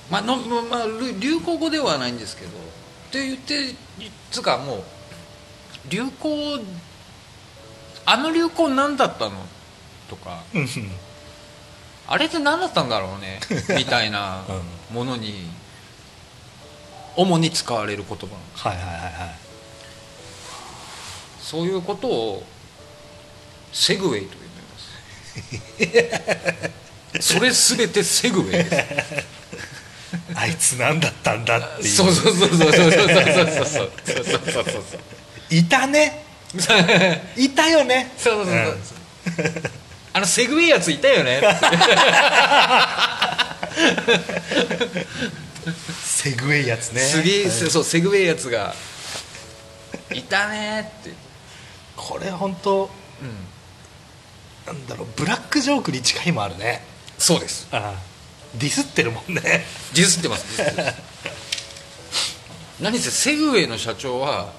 まあの、ままあ、流流行語ではないんですけどって言ってつうかもう流行あの流行何だったのとか
うんうん
あれって何だったんだろうねみたいなものに、主に使われる言葉
はいはいはいはい
そういうことをセグウェイと呼びますそれすべてセグウェイで
あいつ何だったんだっていう
すそうそうそうそうそうそうそうそうそうそうそうそうそう
いたねいたよね
そうそうそうあのセグウェイやついた よね
セグウェイやつね
すげえ
はい
そうセグウェイやつがいたねって
これ本当
うん
なんだろうブラックジョークに近いもあるね
そうです
ああディスってるもんね
ディスってますディスってます 何せセグウェイの社長は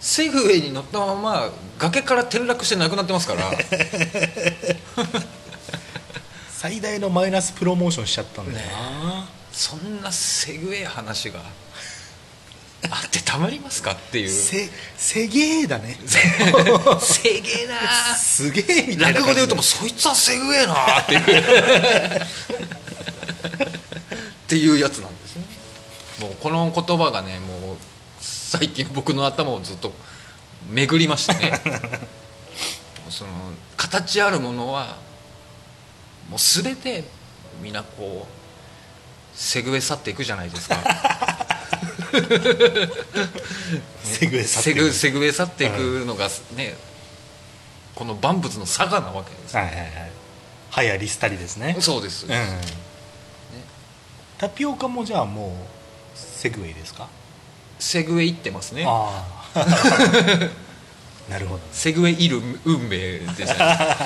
セグウェイに乗ったまま崖から転落して亡くなってます から
最大のマイナスプロモーションしちゃったんだよな、
そんなセグウェイ話があってたまりますかっていうせ
せせげえだ ね
げえな
すげえみたいな
落語で言うともう
感
そ
じ
いつはセグウェイなーっていう っていうやつなんですねもうこの言葉がねもう最近僕の頭をずっと巡りましたね その形あるものはもう全てみんなこうセグウェイ去っていくじゃないですか
セグウェイ さ
セグセグウェイ去っていくのがね、この万物の差がなわけです、
はいはいはいはやりすたりですね
そうです、
うん、タピオカもじゃあもうセグウェイですか
セグウェイ行ってますね
ああ なるほど
セグウェイいる運命で した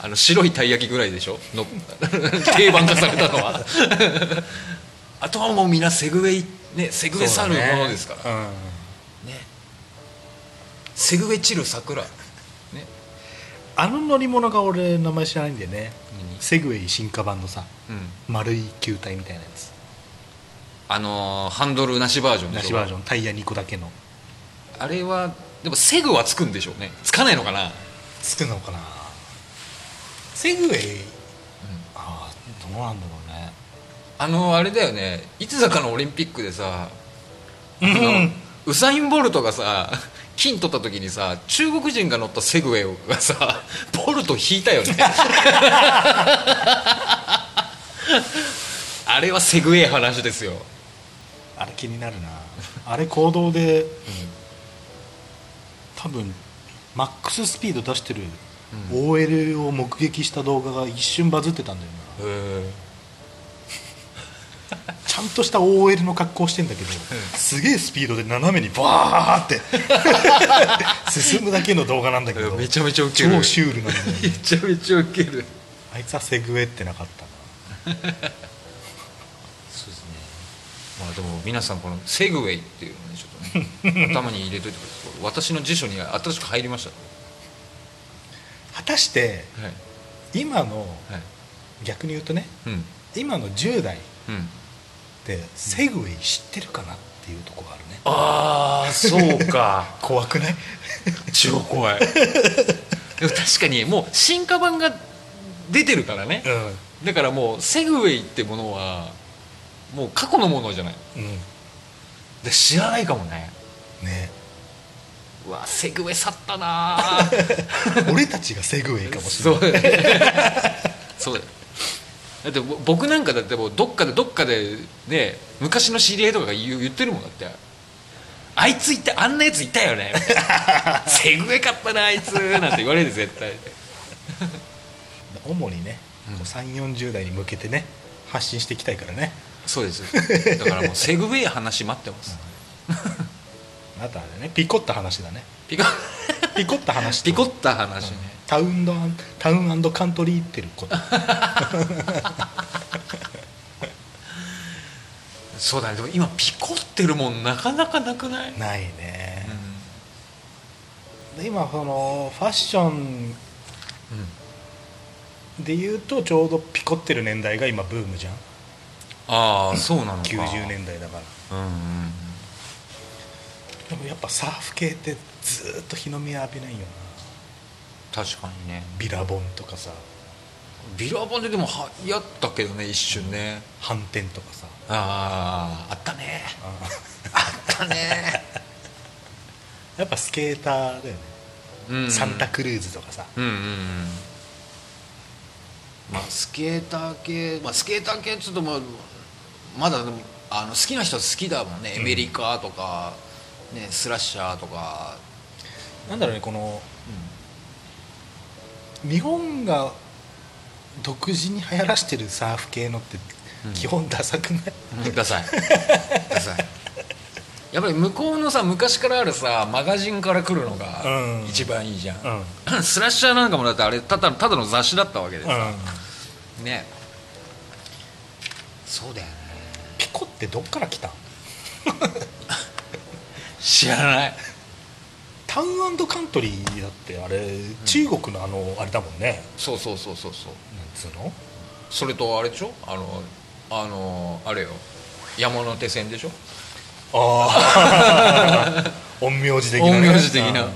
あの白いたい焼きぐらいでしょの 定番化されたのはあとはもうみんなセグウェイねセグウェイ去るものですから
そ、うだね
ねセグウェイ散る桜ね
うんあの乗り物が俺名前知らないんだよね
何
セグウェイ進化版のさ
うん
丸い球体みたいなやつ
あのーハンドルなしバージョンで
な
しょ
しバージョンタイヤ2個だけの
あれはでもセグはつくんでしょうねつかないのかな
つくのかなセグウェイ、ああどうなんだろうね
あのあれだよねいつだかのオリンピックでさ、
うんうん
あのウサイン・ボルトがさ金取った時にさ中国人が乗ったセグウェイがさボルト引いた よねあれはセグウェイ話ですよ
あれ気になるなあれ行動で、多分マックススピード出してる OL を目撃した動画が一瞬バズってたんだよなちゃんとした OL の格好してんだけど、すげえスピードで斜めにバーって 進むだけの動画なんだけど
めちゃめちゃウケる
超シュールなんだよね
めちゃめちゃウケる
あいつはセグウェイってなかったな
そうですねまあでも皆さんこのセグウェイっていうのねちょっとね頭に入れといてください私の辞書に新しく入りまし
果たして
たはい
今の
はい
逆に言うとね
うん
今の10代っ
うん
てセグウェイ知ってるかなっていうとこがあるね
ああそうか
怖くない
超怖いでも確かにもう進化版が出てるからね
う
だからもうセグウェイってものはもう過去のものじゃない
んうん
で知らないかもね
ね
うわセグウェイ去ったなー
俺たちがセグウェイかもしれ
そ
な
う
い
だよね そうだよだってぼ僕なんかだってもうどっかでどっかでね昔の知り合いとかが言う言ってるもんだってあいついたあんなやついたよ ねセグウェイ買ったなあいつなんて言われる絶対
主にね、
うん
3 4 0代に向けてね発信していきたいからね
そうです だからもうセグウェイ話待ってます
あとあれねピコった話だね
ピコ
ピコった話と
ピコった話ね、
タウンドタウンカントリーってること
そうだねでも今ピコってるもんなかなかなくない、うん
ないね、で今そのファッション
うん
で言うとちょうどピコってる年代が今ブームじゃん
ああそうなのか
90年代だから
うんうんうん
でもやっぱサーフ系ってずーっと日の目浴びないよな
確かにね
ビラボンとかさ
ビラボンででもはやったけどね一瞬ね、
反転とかさ
あああったね
あ
あったね、
ー やっぱスケーターだよね、
うん
サンタクルーズとかさ
うんうんうんまあスケーター系、まあ、スケーター系ちょっとまあまだでもあの好きな人は好きだもんね、エメリカとか、ね、スラッシャーとか、
なんだろうねこの日本が独自に流行らしてるサーフ系のって
うん
基本ダサくない、
ダサい ダサいやっぱり向こうのさ昔からあるさマガジンから来るのが
うん
一番いいじゃん、
うん、うん
スラッシャーなんかもだってあれただただの雑誌だったわけでさ、ねそうだよね
ピコってどっから来たん
知らない
タウンカントリーだってあれ中国のあのあれだもんね、
そうそうそうそうそう
なんつうの
それとあれでしょあのあのあれよ山手線でしょ
ああ 陰陽師的な、ね、
陰陽師的な
うん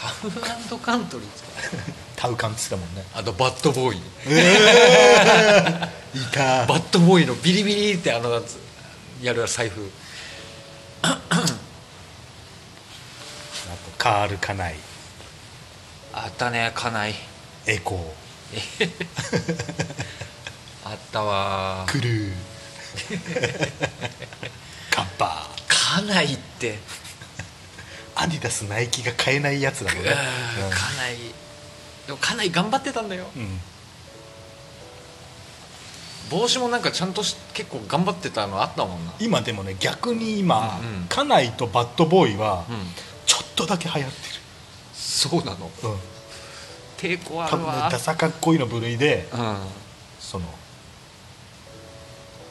タウンカントリーですか
タウカンっつってたもんね
あとバッドボーイ
いた
バッドボーイのビリビリってあのやつやる財布
あとカール・カナイ
あったね家内
エコー
あったわ
クル ーカッパー
家内って
アディダスナイキが買えないやつだもんね
家内でも家内頑張ってたんだよ
うん、うん
帽子もなんかちゃんとし結構頑張ってたのあったもんな
今でもね逆に今、
うんうん
カナイとバッドボーイは
うん
ちょっとだけ流行っ
そうなの
てる、うん、
抵抗あ
多
る
分ね
わ
ダサかっこいいの部類で
うん
その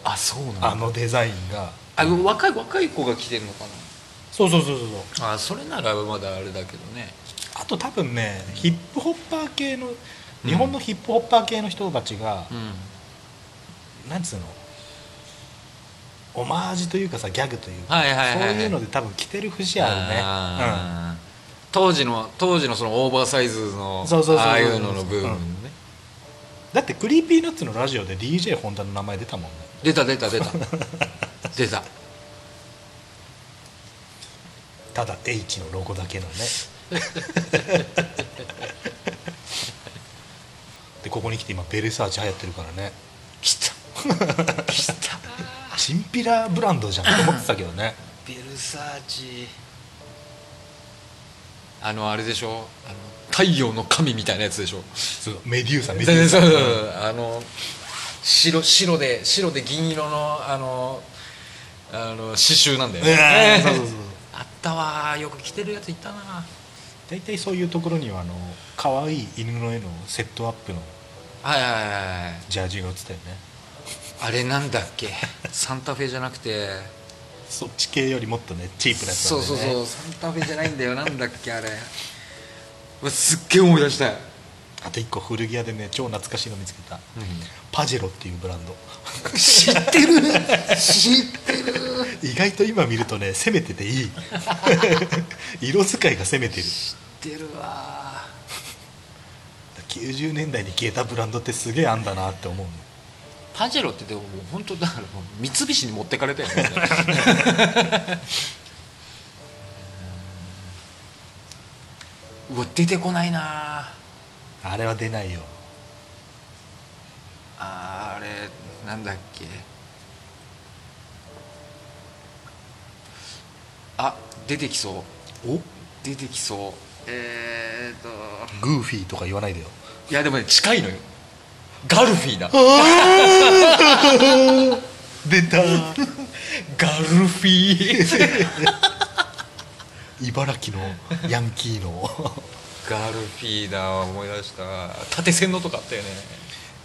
あそうなの
あのデザインが
あ若い若い子が着てるのか
そうそうそうそうそう
なあそれならまだあれだけどね
あと多分ねヒップホッパー系の日本のヒップホッパー系の人たちが、
うん
なんつうのオマージュというかさギャグというか、
はいはいはいはい
そういうので多分着てる節あ
あー当時の当時のそのオーバーサイズの
そうそうそうそう
ああいうののブームね、
るね、うん、だってクリーピーナッツのラジオで DJ ホンダの名前出たもんね
出た出た 出た出た
ただ H のロゴだけの ねでここに来て今ベルサーチ流行ってるからね
来た来た
チンピラブランドじゃんと思ってたけどね
ベルサーチあのあれでしょあの太陽の神みたいなやつでしょ
そうメデューサメデ
全
ュー
然そ
サ
うそうそうあの白白で白で銀色のあのあの刺繍なんだよ
え
ね
ーそうそうそう
あったわーよく着てるやついたな
大体そういうところにはあの可愛い犬の絵のセットアップの
はいはいはいはい
ジャージが映ったよね
あれなんだっ けサンタフェじゃなくて
そっち系よりもっとねチープなやつ
そ
なん
う
で
そう
ね
そうサンタフェじゃないんだよなんだっけあれうわすっげえ思い出したい、
あと一個古着屋でね超懐かしいの見つけたパジェロっていうブランド
知ってる知ってる
意外と今見るとね攻めてていい 色使いが攻めてる
知ってるわ
90年代に消えたブランドってすげえあんだなって思うの
パジェロってでももう本当だからもう三菱に持ってかれたよね うわ出てこないな
あれは出ないよ
あーあれなんだっけあ出てきそう
お
出てきそうえー、っと
グーフィーとか言わないでよ
いやでもね近いのよガルフィーだ
出た
ガルフィー
茨城のヤンキーの
ガルフィーだ思い出した縦線のとかあったよね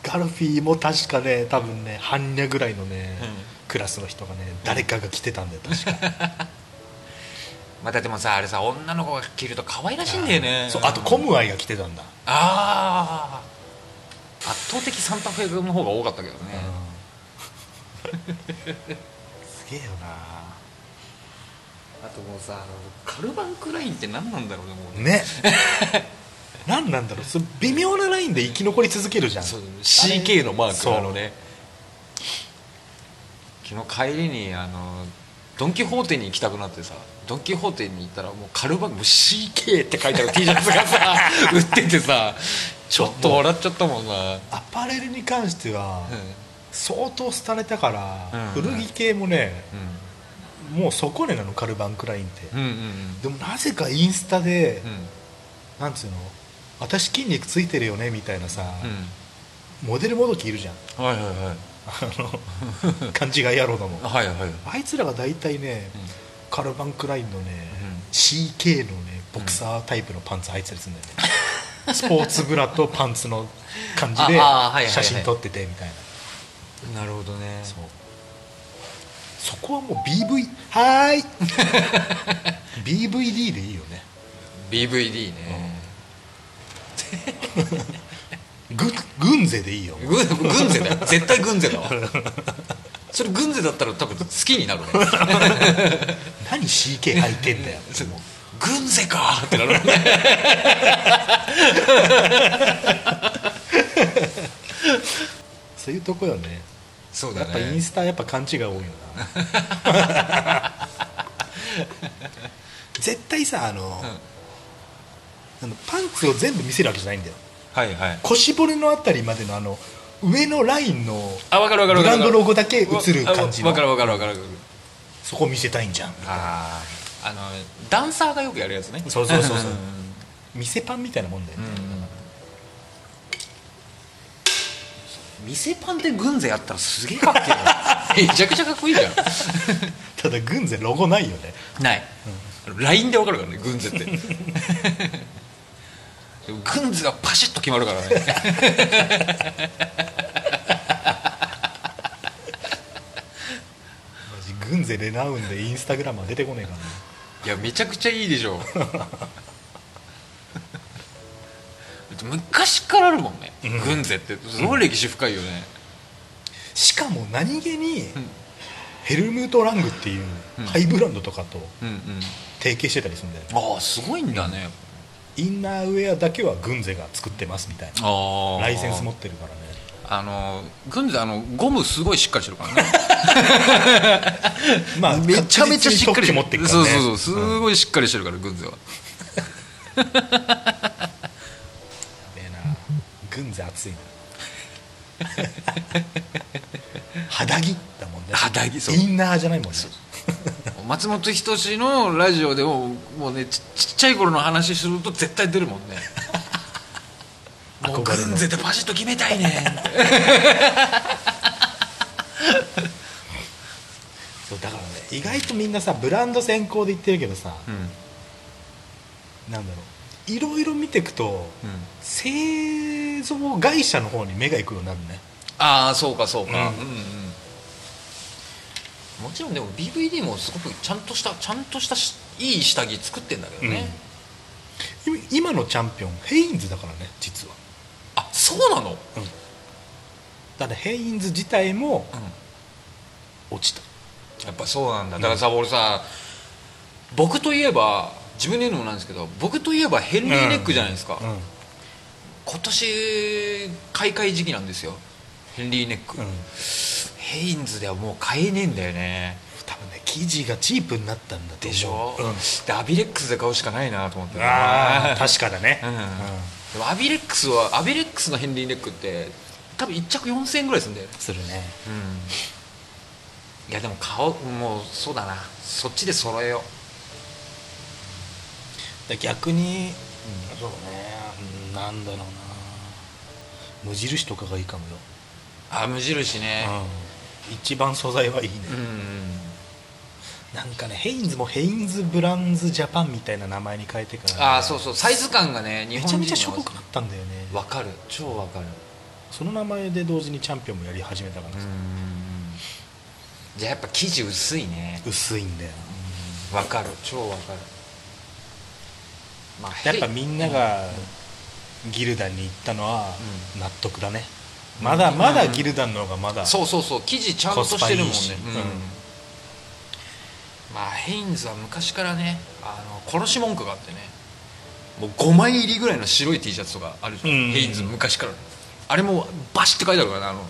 ガルフィーも確かね多分ね半若ぐらいのね、
うん
クラスの人がね誰かが着てたんだよ確か
またでもさあれさ女の子が着ると可愛らしいんだよね
そうあとコムアイが着てたんだ、
ああ圧倒的サンタフェの方が多かったけどね、
すげえよな
あともうさあのカルバンクラインって何なんだろうねもうね
ね何なんだろうそれ微妙なラインで生き残り続けるじゃん
そう CK のマー
そう
クあのね昨日帰りにあのドン・キホーテに行きたくなってさドン・キホーテに行ったらもうカルバンもう CK って書いてある T シャツが さ売っててさちょっと笑っちゃったもんな、うん
アパレルに関しては、相当廃れたから、
うん
古着系もねもうそこねなのカルバンクラインって、
うん、うんうん
でもなぜかインスタで、
うんうん
なんつうの私筋肉ついてるよねみたいなさ、
う
モデルもどきいるじゃん
んはいはいはい
あの勘違い野郎ども
はいはいはい
あいつらが大体ね、
うん
カルバンクラインの
う
ね、
ん
CK のねボクサータイプのパンツ履いてたりするんだよね、スポーツブラとパンツの感じで
ああはいはいはい
写真撮っててみたいな、
なるほどね
そうそこはもう BV は ーい BVD でいいよね
BVD ね、
ぐ軍勢でいいよ
軍軍勢だ よ絶対軍勢だわそれ軍勢だったら多分好きになる ね
何 CK 履いてんだよ もう
軍勢かーってなるね
そういうとこよね
そう
やっぱインスタやっぱ勘違い多いよな 絶対さあの、あのパンツを全部見せるわけじゃないんだよ
はいはい
腰骨のあたりまでのあの上のラインの
あ分かる分かる分か
ブラ
る
ンドロゴだけ映る感じの
分かる分かる分かる分かる
そこ見せたいんじゃん
あああのダンサーがよくやるやつね
そうそうそうそうん見せパンみたいなもんだよね、
店パンで軍勢やったらすげえかっけえな めちゃくちゃかっこいいじゃん
ただ軍勢ロゴないよね
ない、LINE で分かるからね軍勢 ってでも軍勢がパシッと決まるからね
マジ軍勢レナウンでインスタグラムは出てこねえからね
いやめちゃくちゃいいでしょ昔からあるもんね、
うん
軍勢ってすごい歴史深いよね、
しかも何気に
ん
ヘルムート・ラングっていう
うん
ハイブランドとかと
うんうん
提携してたりするんだよね
ああすごいんだね、
インナーウェアだけは軍勢が作ってますみたいな
ああ
ライセンス持ってるからね
あの軍であのゴムすごいしっかりしてるからね
まあ
めちゃめちゃしっかりて
確実に特許持ってるから
そう
ね
そうそう
うん
すごいしっかりしてるから軍勢は
やべえな軍 勢熱いな肌着だもんね
肌着そう
インナーじゃないもんね
松本人志のラジオでももうねちちっちゃい頃の話すると絶対出るもんねもう
憧れの
軍勢でパシッと決めたいねんって
そうだからね意外とみんなさブランド先行で言ってるけどさ、
うん
なんだろういろいろ見ていくと、製造会社の方に目がいくようになるね
ああそうかそうか、
うん
うんうんもちろんでも DVD もすごくちゃんとしたちゃんとしたしいい下着作ってんだけどね、
うんい今のチャンピオンヘインズだからね実は、
あそうなの、
うん、ただヘインズ自体も
うん
落ちた
やっぱそうなんだだからさ、俺さ僕といえば自分で言うのもなんですけど僕といえばヘンリー・ネックじゃないですか、
うん
こ今年買い替え時期なんですよヘンリーネック、
うん
ヘインズではもう買えねえんだよね
多分ね生地がチープになったんだと思う
でしょ、
うん
でアビレックスで買うしかないなと思って
ああ
うん
確かだね、
でもアビレックスはアビレックスのヘンリーネックって多分1着4000円ぐらいするんだよね
するね
いやでも買おうもうそうだなそっちで揃えよ
だ逆に、そうね、うんなんだろうな無印とかがいいかもよ、
うあ無印ね
うん一番素材はいいね、
うん、
なんかねヘインズもヘインズブランズジャパンみたいな名前に変えてから、ね、
ああそうそうサイズ感がね日
め
本
ち
人
ゃ
の
めちゃしょぼくなったんだよね
わかる超わかる
その名前で同時にチャンピオンもやり始めたから
うん
さ、
じゃあやっぱ生地薄いね
薄いんだよ
わかる超わかるまあ
やっぱみんながギルダンに行ったのは納得だね、まだまだギルダンの方がまだ
そうそうそう生地ちゃんとしてるもんね
コスパ
う
いいし
ん
う
まあヘインズは昔からねあの殺し文句があってねもう5枚入りぐらいの白い T シャツとかあるじゃん、
うん
ヘインズ昔からあれもバシって書いてあるからねあの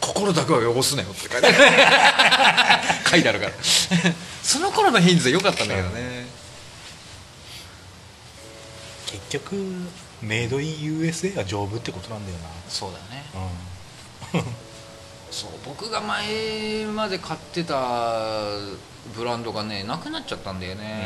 心だけは汚すなよって 書いてある書いてあるからその頃のヘインズは良かったんだけどね、
結局メイドイン USA が丈夫ってことなんだよ
そうだね
な、うん、
そう僕が前まで買ってたブランドがねなくなっちゃったんだよね、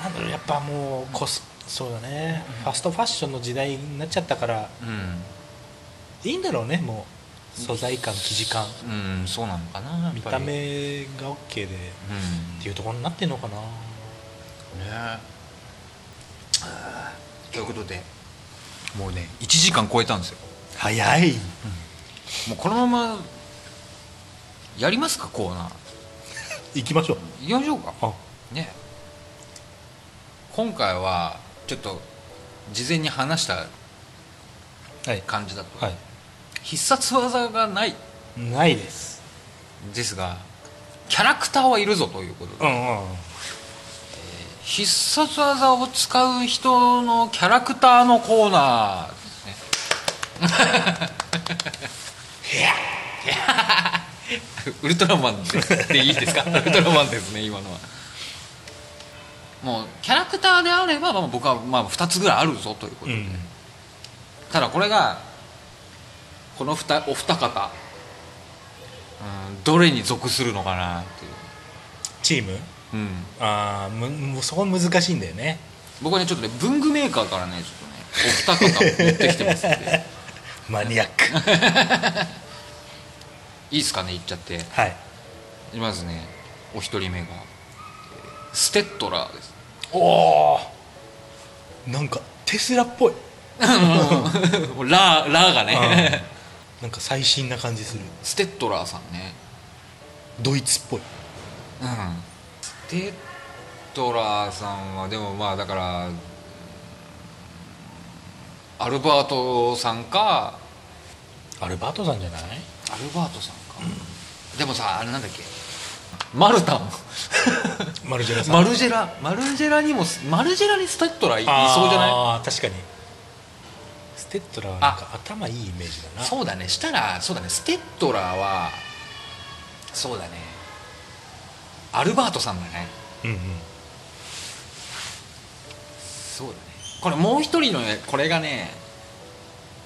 なんだろうやっぱもうコスそうだね、ファストファッションの時代になっちゃったから
うん
いいんだろうねもう素材感生地感
うんそうなのかなやっぱり
見た目が OK で
うん
っていうところになってんのかな
ねあーということでもうね1時間超えたんですよ
早い
もうこのままやりますかコーナ
行きましょう
ーやりましょうか
あ
ね今回はちょっと事前に話した
はい
感じだと、
はい
必殺技がない
ないです
ですがキャラクターはいるぞということで、
うんうん
必殺技を使う人のキャラクターのコーナーですねいや ウルトラマンででいいですかウルトラマンですね今のはもうキャラクターであればまあ僕はまあ2つぐらいあるぞということで、
うん
ただこれがこのふたお二方、うん、どれに属するのかなっていう
チーム
うん
ああむむそこ難しいんだよね
僕はねちょっとね文具メーカーからねちょっとねお二方持ってきてますんで
マニアック
いいですかね言っちゃって
はい
まずねお一人目がステッドラーです
おおなんかテスラっぽい
もうラーラーがね
なんか最新な感じする
ステッドラーさんね
ドイツっぽい
うんステッドラーさんはでもまあだからうんアルバートさんか
アルバートさんじゃない
アルバートさんか、でもさあれなんだっけマルタン
マルジェラさん
マルジェラマルジェラにもスマルジェラにステッドラいい
あー
そうじゃな
確かにステッドラはなんか頭いいイメージだ
い
な
そうだねしたらそうだねステッドラはそうだねアルバートさんだね
うんうん
そうだねこれもう一人のねこれがね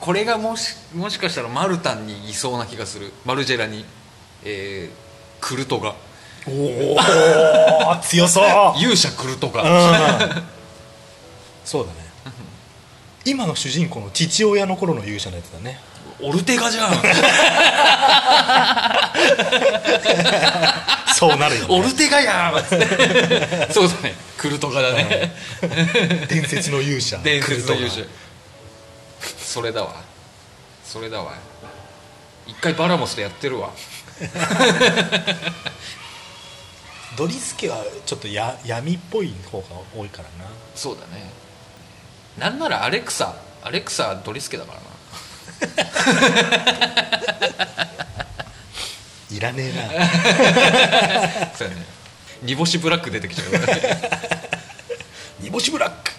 これがもしもしかしたらマルタンにいそうな気がするマルジェラに、えークルトガ
おお強 そう、
勇者クルトガ、
うん、そうだね今の主人公の父親の頃の勇者のやつだ ね
オルテガじゃん
そうなるよ、
オ
ね、
ルテガやん そうだねクルトガだね、
伝説の勇者
伝説の優
ク
秀
ルト
それだわそれだわ一回バラモスでやってるわ
ガドリスケはちょっとや闇っぽい方が多いからな
そうだねなんならアレクサアレクサはドリスケだからない
らねえ な
そうやね 煮干しブラック出てきちゃうから
煮干しブラック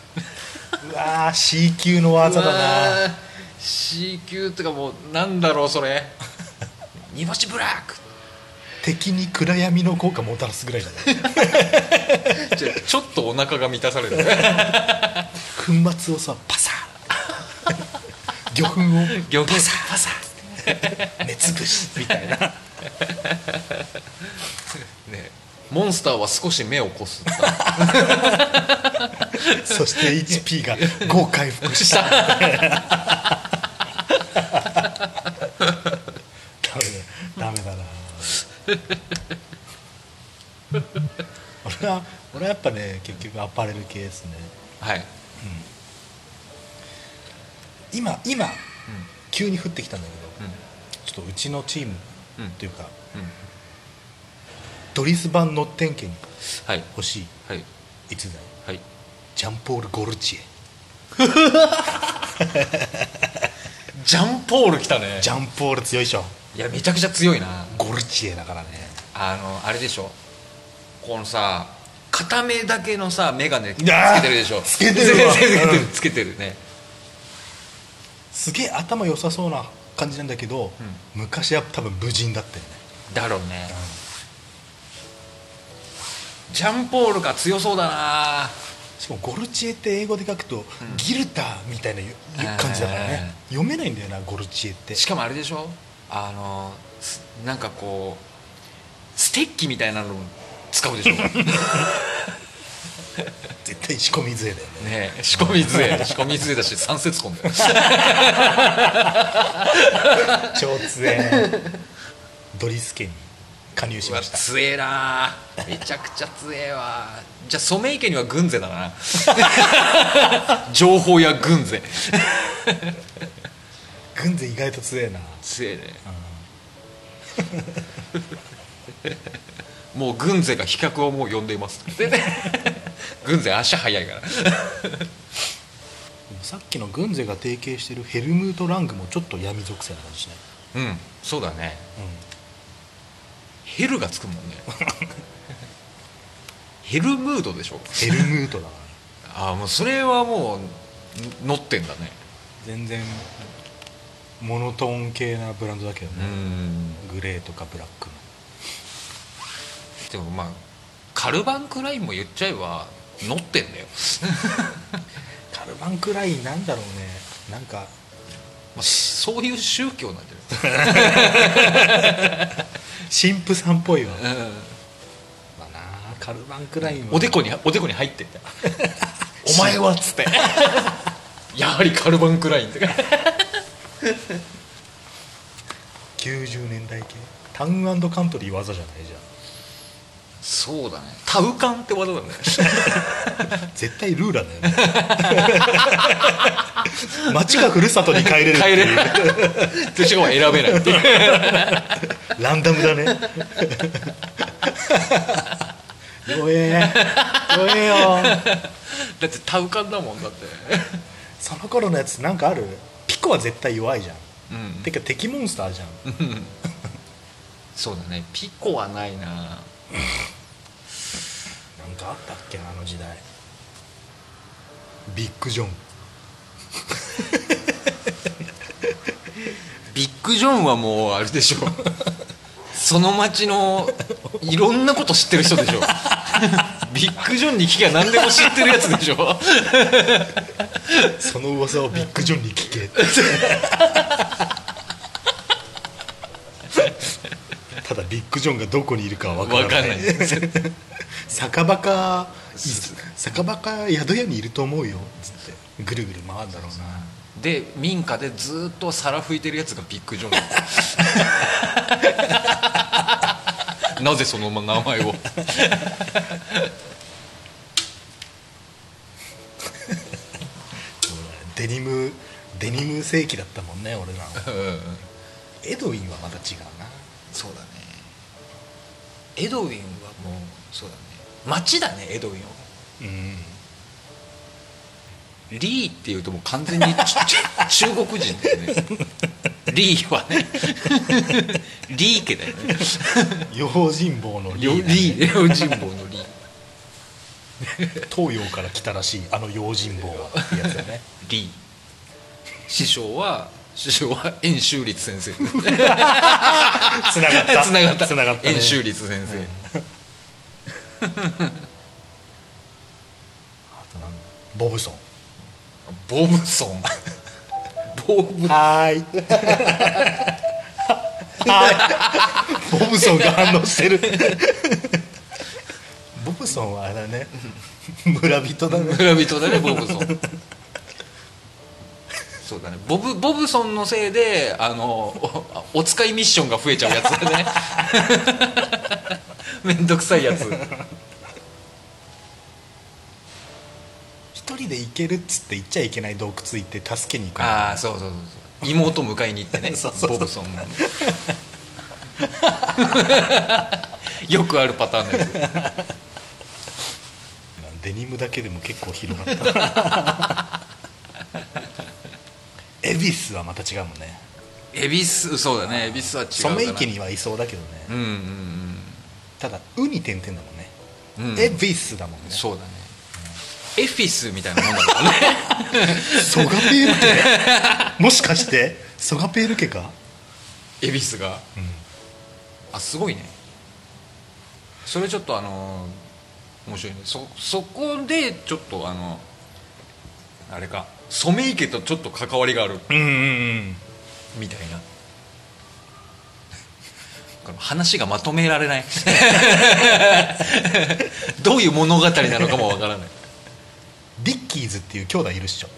うわわー C 級の技だな
な C 級ってかもうなんだろうそれ 煮干しブラック
敵に暗闇の効果もたらすぐらいだね
ちょちょっとお腹が満たされる
粉末をさパサー魚粉を
魚粉
パサーパサー目つぶしみたいな
ねモンスターは少し目をこすった
そして HP が5回復した。ダメだ、ダメ だな。俺は、俺はやっぱね、結局アパレル系ですね。
はい
今、今、急に降ってきたんだけ
う
ど、
ん
ちょっとうちのチーム
うん
というか、
うん
ドリス版の天家に
はい
欲しい
はい
逸材、
はい
ジャンポール・ゴルチ
ジャンポール来たね
エ。ジャンポール強いでしょ。
いやめちゃくちゃ強いな
ゴルチエだからね。
あのあれでしょこのさ片目だけのさ眼鏡つけてるでしょ
つけてるわ
つけてる
うん
つけてるね
すげえ頭良さそうな感じなんだけど、昔は多分無人だったよね、
だろうねジャンポールが強そうだな
しかもゴルチエって英語で書くと、ギルターみたいなよ
あー
感じだからね読めないんだよなゴルチエって
しかもあれでしょあのすなんかこうステッキみたいなのも使うで しょ
絶対仕込み杖だよね
ねえ仕込み杖仕込み杖だ し三節痕だよ
超強えドリスケに加入し
う
ま
わ
した
強えなめちゃくちゃ強えわじゃあ染池には軍勢だ な情報や軍勢
軍勢意外と強えな
強えねもう軍勢が飛脚をもう呼んでいます軍勢足速い から
さっきの軍勢が提携してるヘルムート・ラングもちょっと闇属性な感じしない、
うんそうだね
う
ヘルがつくもんねヘルムードでしょ
ん、ヘルムートだからね
ああもうそれはもう乗ってんだね
全然モノトーン系なブランドだけど
う
ね、
ん
グレーとかブラック
で
の
もまあカルバンクラインも言っちゃえば乗って んだよ
カルバンクラインなんだろうねなんか
まあそういう宗教なんじ
神父さんっぽいわ
ゃない、
まあなカルバンクライン
うん、おでこにおでこに入ってんだよ
お前はっ つって
やはりカルバンクラインって
90年代系タウンカントリー技じゃないじゃ
そうだねタウカンって技だね
ん絶対ルーラーだよね町がふるさとに帰れるって
帰
い
れ
う
ない でしかも選べないっていう
ランダムだね弱え弱えよ
だってタウカンだもんだって
その頃のやつなんかあるピコは絶対弱いじゃん、
うん
てか敵モンスターじゃん
そうだねピコはないな
なんかあったっけなあの時代ビッグジョン
ビッグジョンはもうあれ でしょその町のいろんなこと知ってる人でし ょビッグジョンに聞きゃ何でも知ってるやつでしょ
その噂をビッグジョンに聞けただビッグジョンがどこにいるかは分か
分か
らない
んない
酒場かい酒場か宿屋にいると思うよつってぐるぐる回るんだろうな
で民家でずーっと皿拭いてるやつがビッグジョンだ なぜその名前を
デニムデニム世紀だったもんね俺らのエドウィンはまた違うな
そうだねエドウィンはもうそうだね町だねエドウィンは
うん
リーっていうともう完全にち ち中国人だよねリーはねリー家だよね
用心棒の
リ
リーダ
ー
ー
リー用心棒のリー
東洋から来たらしいあの用心棒はってやつだね
リー師匠は師匠は円周率先生
つなが った
つながった
つながった、ね、
円周率先生、
あとなんだボブソン
ボブソン ボブ
はーい ボブソンが反応してるボブソンはあれだね村人だね
村人だねボブソン そうだねボブボブソンのせいであのおお使いミッションが増えちゃうやつ だねめんどくさいやつ
一人で行けるっつって行っちゃいけない洞窟行って助けに行くの
ああそうそうそうそう妹迎えに行って ね
そうそうそう
ボブソンもよくあるパターンのやつ
デニムだけでも結構広がった恵比寿はまた違うもんね
恵比寿そうだね恵比寿は違うか
ソ
な
メイケにはいそうだけどね、
うんうん
ただ「う」に点々だもんね、
うんうん
恵比寿だもんね
そうだねエフィスみたいなもんだから ね
ソガペール家もしかしてソガペール家か
恵比寿が
うん
あすごいねそれちょっとあの面白いねそそこでちょっとあのあれかソメイケとちょっと関わりがある
うんうん
みたいな この話がまとめられない どういう物語なのかもわからない
ディッキーズっていう兄弟いるっしょ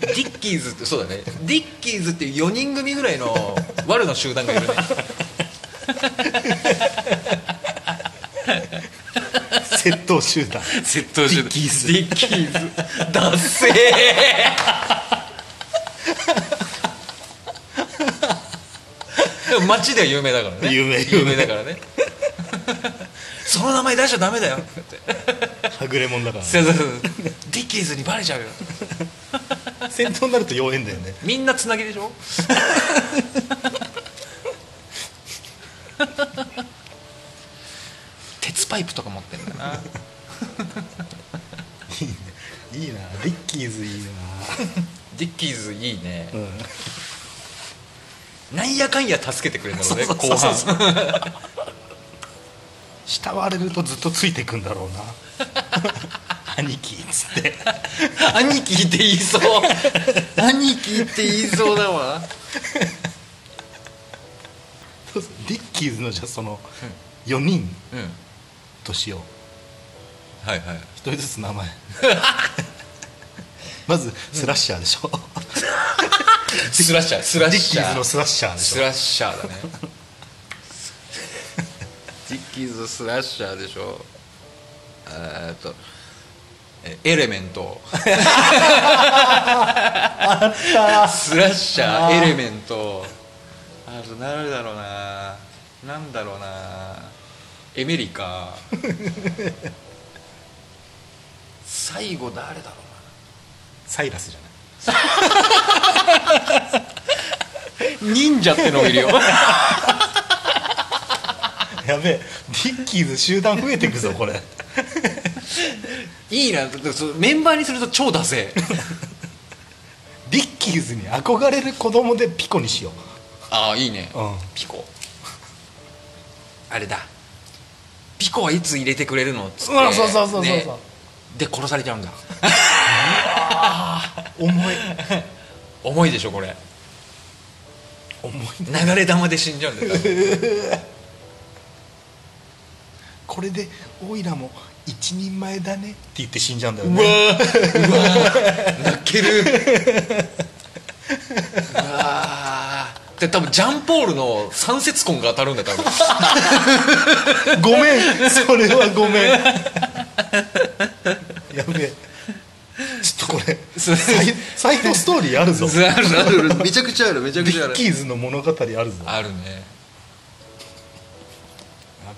ディッキーズってそうだねディッキーズっていう4人組ぐらいの悪の集団がいるね
窃盗集団
絶対
集団ディッキーズ
ディッキーズダッセーでも街では有名だからね
有名
有名だからねその名前出しちゃダメだよって
はぐれもんだから、
そうそうそうディッキーズにバレちゃうよ
戦闘になると妖艶だよね
みんなつなぎでしょ鉄パイプとか持ってんだよない
いねいいなディッキーズいいな
ディッキーズいいね
う、ん
なんやかんや助けてくれるんだろうね
そうそう
後
そう
半
そう 慕われるとずっとついてくんだろうな 兄貴っつって
兄貴って言いそう 兄貴って言いそうだわ
そうそうディッキーズのじゃあその4人
うん
としよう
はいはい
一人ずつ名前 まずスラッシャーでしょ
スラッシャースラッ
ディッ
シ
キ
ャ
ーズの
ー
スラッシャーで
ス
しょ
ラッシャーだねディッキーズスラッシャーでしょえーっとえエレメントスラッシャ
あ
ー
ー
エレメントあと誰だろうななんだろうなエメリカ最後誰だろ
サイラスじゃないう
な忍者ってのもいるよ
やべえディッキーズ集団増えてくぞこれ
いいなだってそうメンバーにすると超ダセえ
ディッキーズに憧れる子供でピコにしよ
ああいいね、
う、うん、
ピコあれだピコはいつ入れてくれるのっつって
うんそうそうそうそうそう
ねで殺されちゃうんだ
重い
重いでしょこれ
重い
流れ玉で死んじゃ うんだよ多分
これでオイラも一人前だねって言って死んじゃうんだよ
う
ね
わーうわー泣けるうわーで多分ジャンポールの三節痕が当たるんだよ多分
ごめんそれはごめんやべえちょっとこれ
そう
サイサイドストーリーあるぞデ
あるある めちゃくちゃあるめちゃくちゃあ
ィッ
る
キーズの物語あるぞや
あるね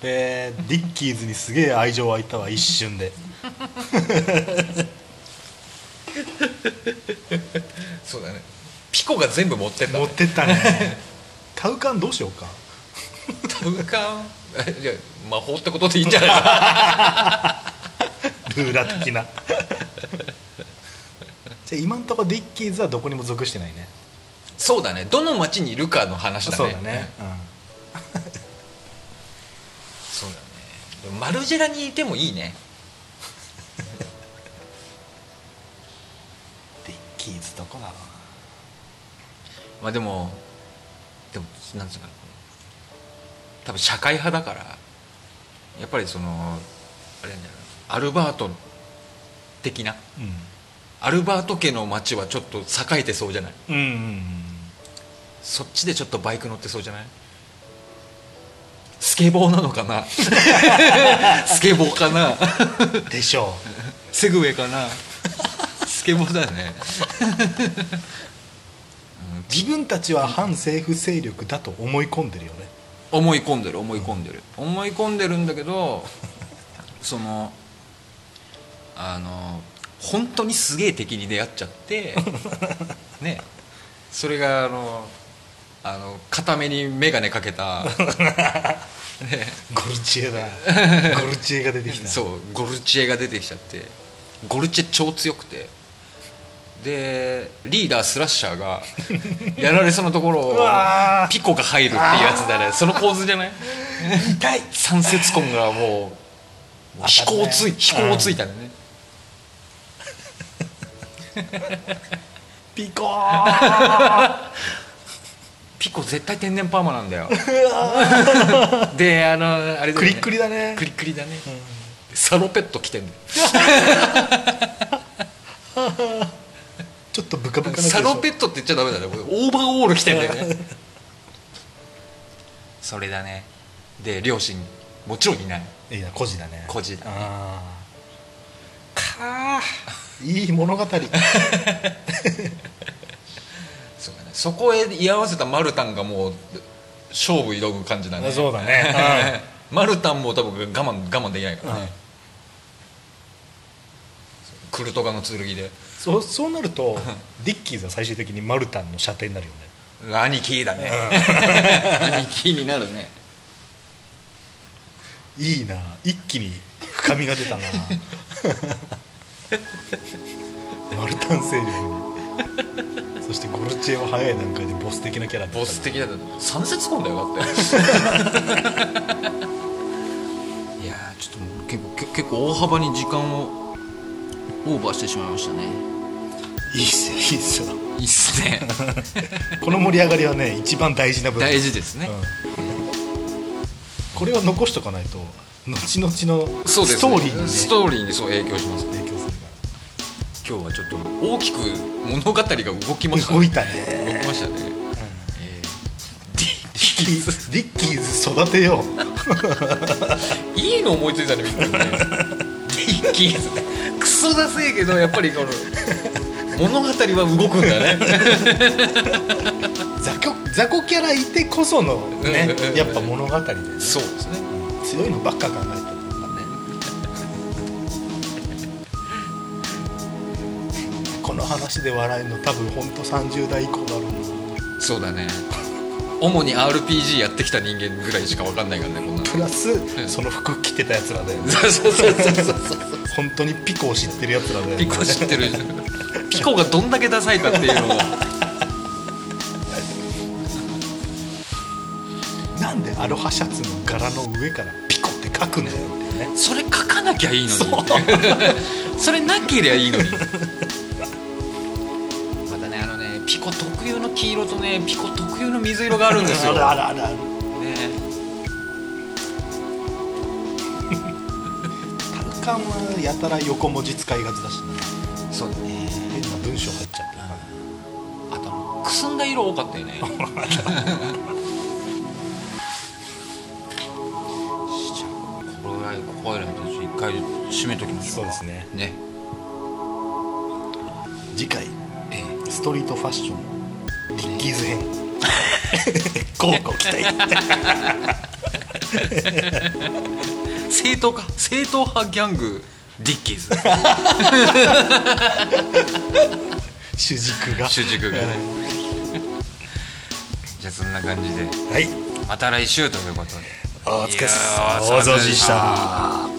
べえディッキーズにすげえ愛情湧いたわ一瞬で
そうだねピコが 全部持ってったね
持ってったねタウカンどうしようか
タウカンえいや魔法ってことでいいんじゃないか
ルーラ 的なじゃあ今んとこディッキーズはどこにも属してないね
そうだねどの町にいるかの話だね
そうだね、
そうだねでもマルジェラにいてもいいね
うん、ディッキーズどこだろうな
まあでもでもなんつうのかな多分社会派だからやっぱりそのあれなんだよなアルバート的なアルバート家の町はちょっと栄えてそうじゃない
うん、うんうん
そっちでちょっとバイク乗ってそうじゃないスケボーなのか なスケボーかな
うんでしょ
セグウェイかなスケボーだよね
う自分たちは反政府勢力だと思い込んでるよね
思い込んでる思い込んでる、思い込んでるんだけどそのあの本当にすげえ敵に出会っちゃってねそれがあのあの固めに眼鏡かけたね
ゴルチエ だゴルチエが出てきた
そうゴルチエが出てきちゃってゴルチエ超強くてでリーダースラッシャー がやられそうなところを
うわー
ピコが入るっていうやつだねその構図じゃない
痛い
三節痕がもう
当たる
飛
ね
行つい飛行ついたね、
ピコー
ピコ絶対天然パーマなん だよであのあれだよね
クリックリだね
クリックリだね、サロペット着てんだよ
ちょっとブカブカな
サロペットって言っちゃダメだねこれオーバーオール着てんだよ ねそれだねで両親もちろんいない
いや孤児だね
孤児だね
あーかあいい物語
そうだねそこへ居合わせたマルタンがもう勝負挑む感じだね
そう だね
マルタンも多分我慢我慢できないからね、
うん
クルトガの剣で
そうそうなるとディッキーズは最終的にマルタンの射程になるよね
兄貴だね 兄貴になるね
いいな一気に深みが 出たなマルタン星人そしてゴルチエは早い段階でボス的なキャラだった
ボス的だと三節婚だよ だっていやーちょっと結構け結構大幅に時間をオーバーしてしまいましたね
いいっすよいいっすよ
いいっすね
この盛り上がりはね一番大事な部分
大事ですね、
これは残しとかないと後々の
そうです
ストーリーに、ね、
ストーリーにそう影響します
影響するか
今日はちょっと大きく物語が動きました
ら動いたね
動きましたね、えーディディキーズ
ディッキーズ育てよう
いいの思いついたねみんなねディキーズクソだせえけどやっぱり この物語は動くんだね
雑魚雑魚キャラいてこその
う
ね
んうんうん
やっぱ物語でね
そうですね
強いのばっか考えてるこの話で笑えるの多分ほんと30代以降だろうな
そうだね主に RPG やってきた人間ぐらいしか分かんないからねこんなの
プラスその服着てたやつらで
そうそうそうそうそう
本当にピコを知ってるやつらで
ピコ知ってるピコがどんだけダサいかっていうのを
なんでアロハシャツの柄の上からピコって書くんだよってね
それ書かなきゃいいのにっていう それなけりゃいいのにまたねあのねピコ特有の黄色とねピコ特有の水色 があるんですよ、
あ
ね
らあらあらあらタルカンはやたら横文字使いがちだしね
そうだね
変な文章入っちゃって
あ
るから
とくすんだ色多か ったよねしじゃあこれぐらいここら辺で一回締めときましょう
そうですね
ね
次回
ええ
ストリートファッションディッキーズ編交互期待
正統か正統派ギャングディッキ ーズ
主軸が
主軸がね
は
じゃあそんな感じで
い
また来週ということで
お疲れ
いやー
様お疲れ様でした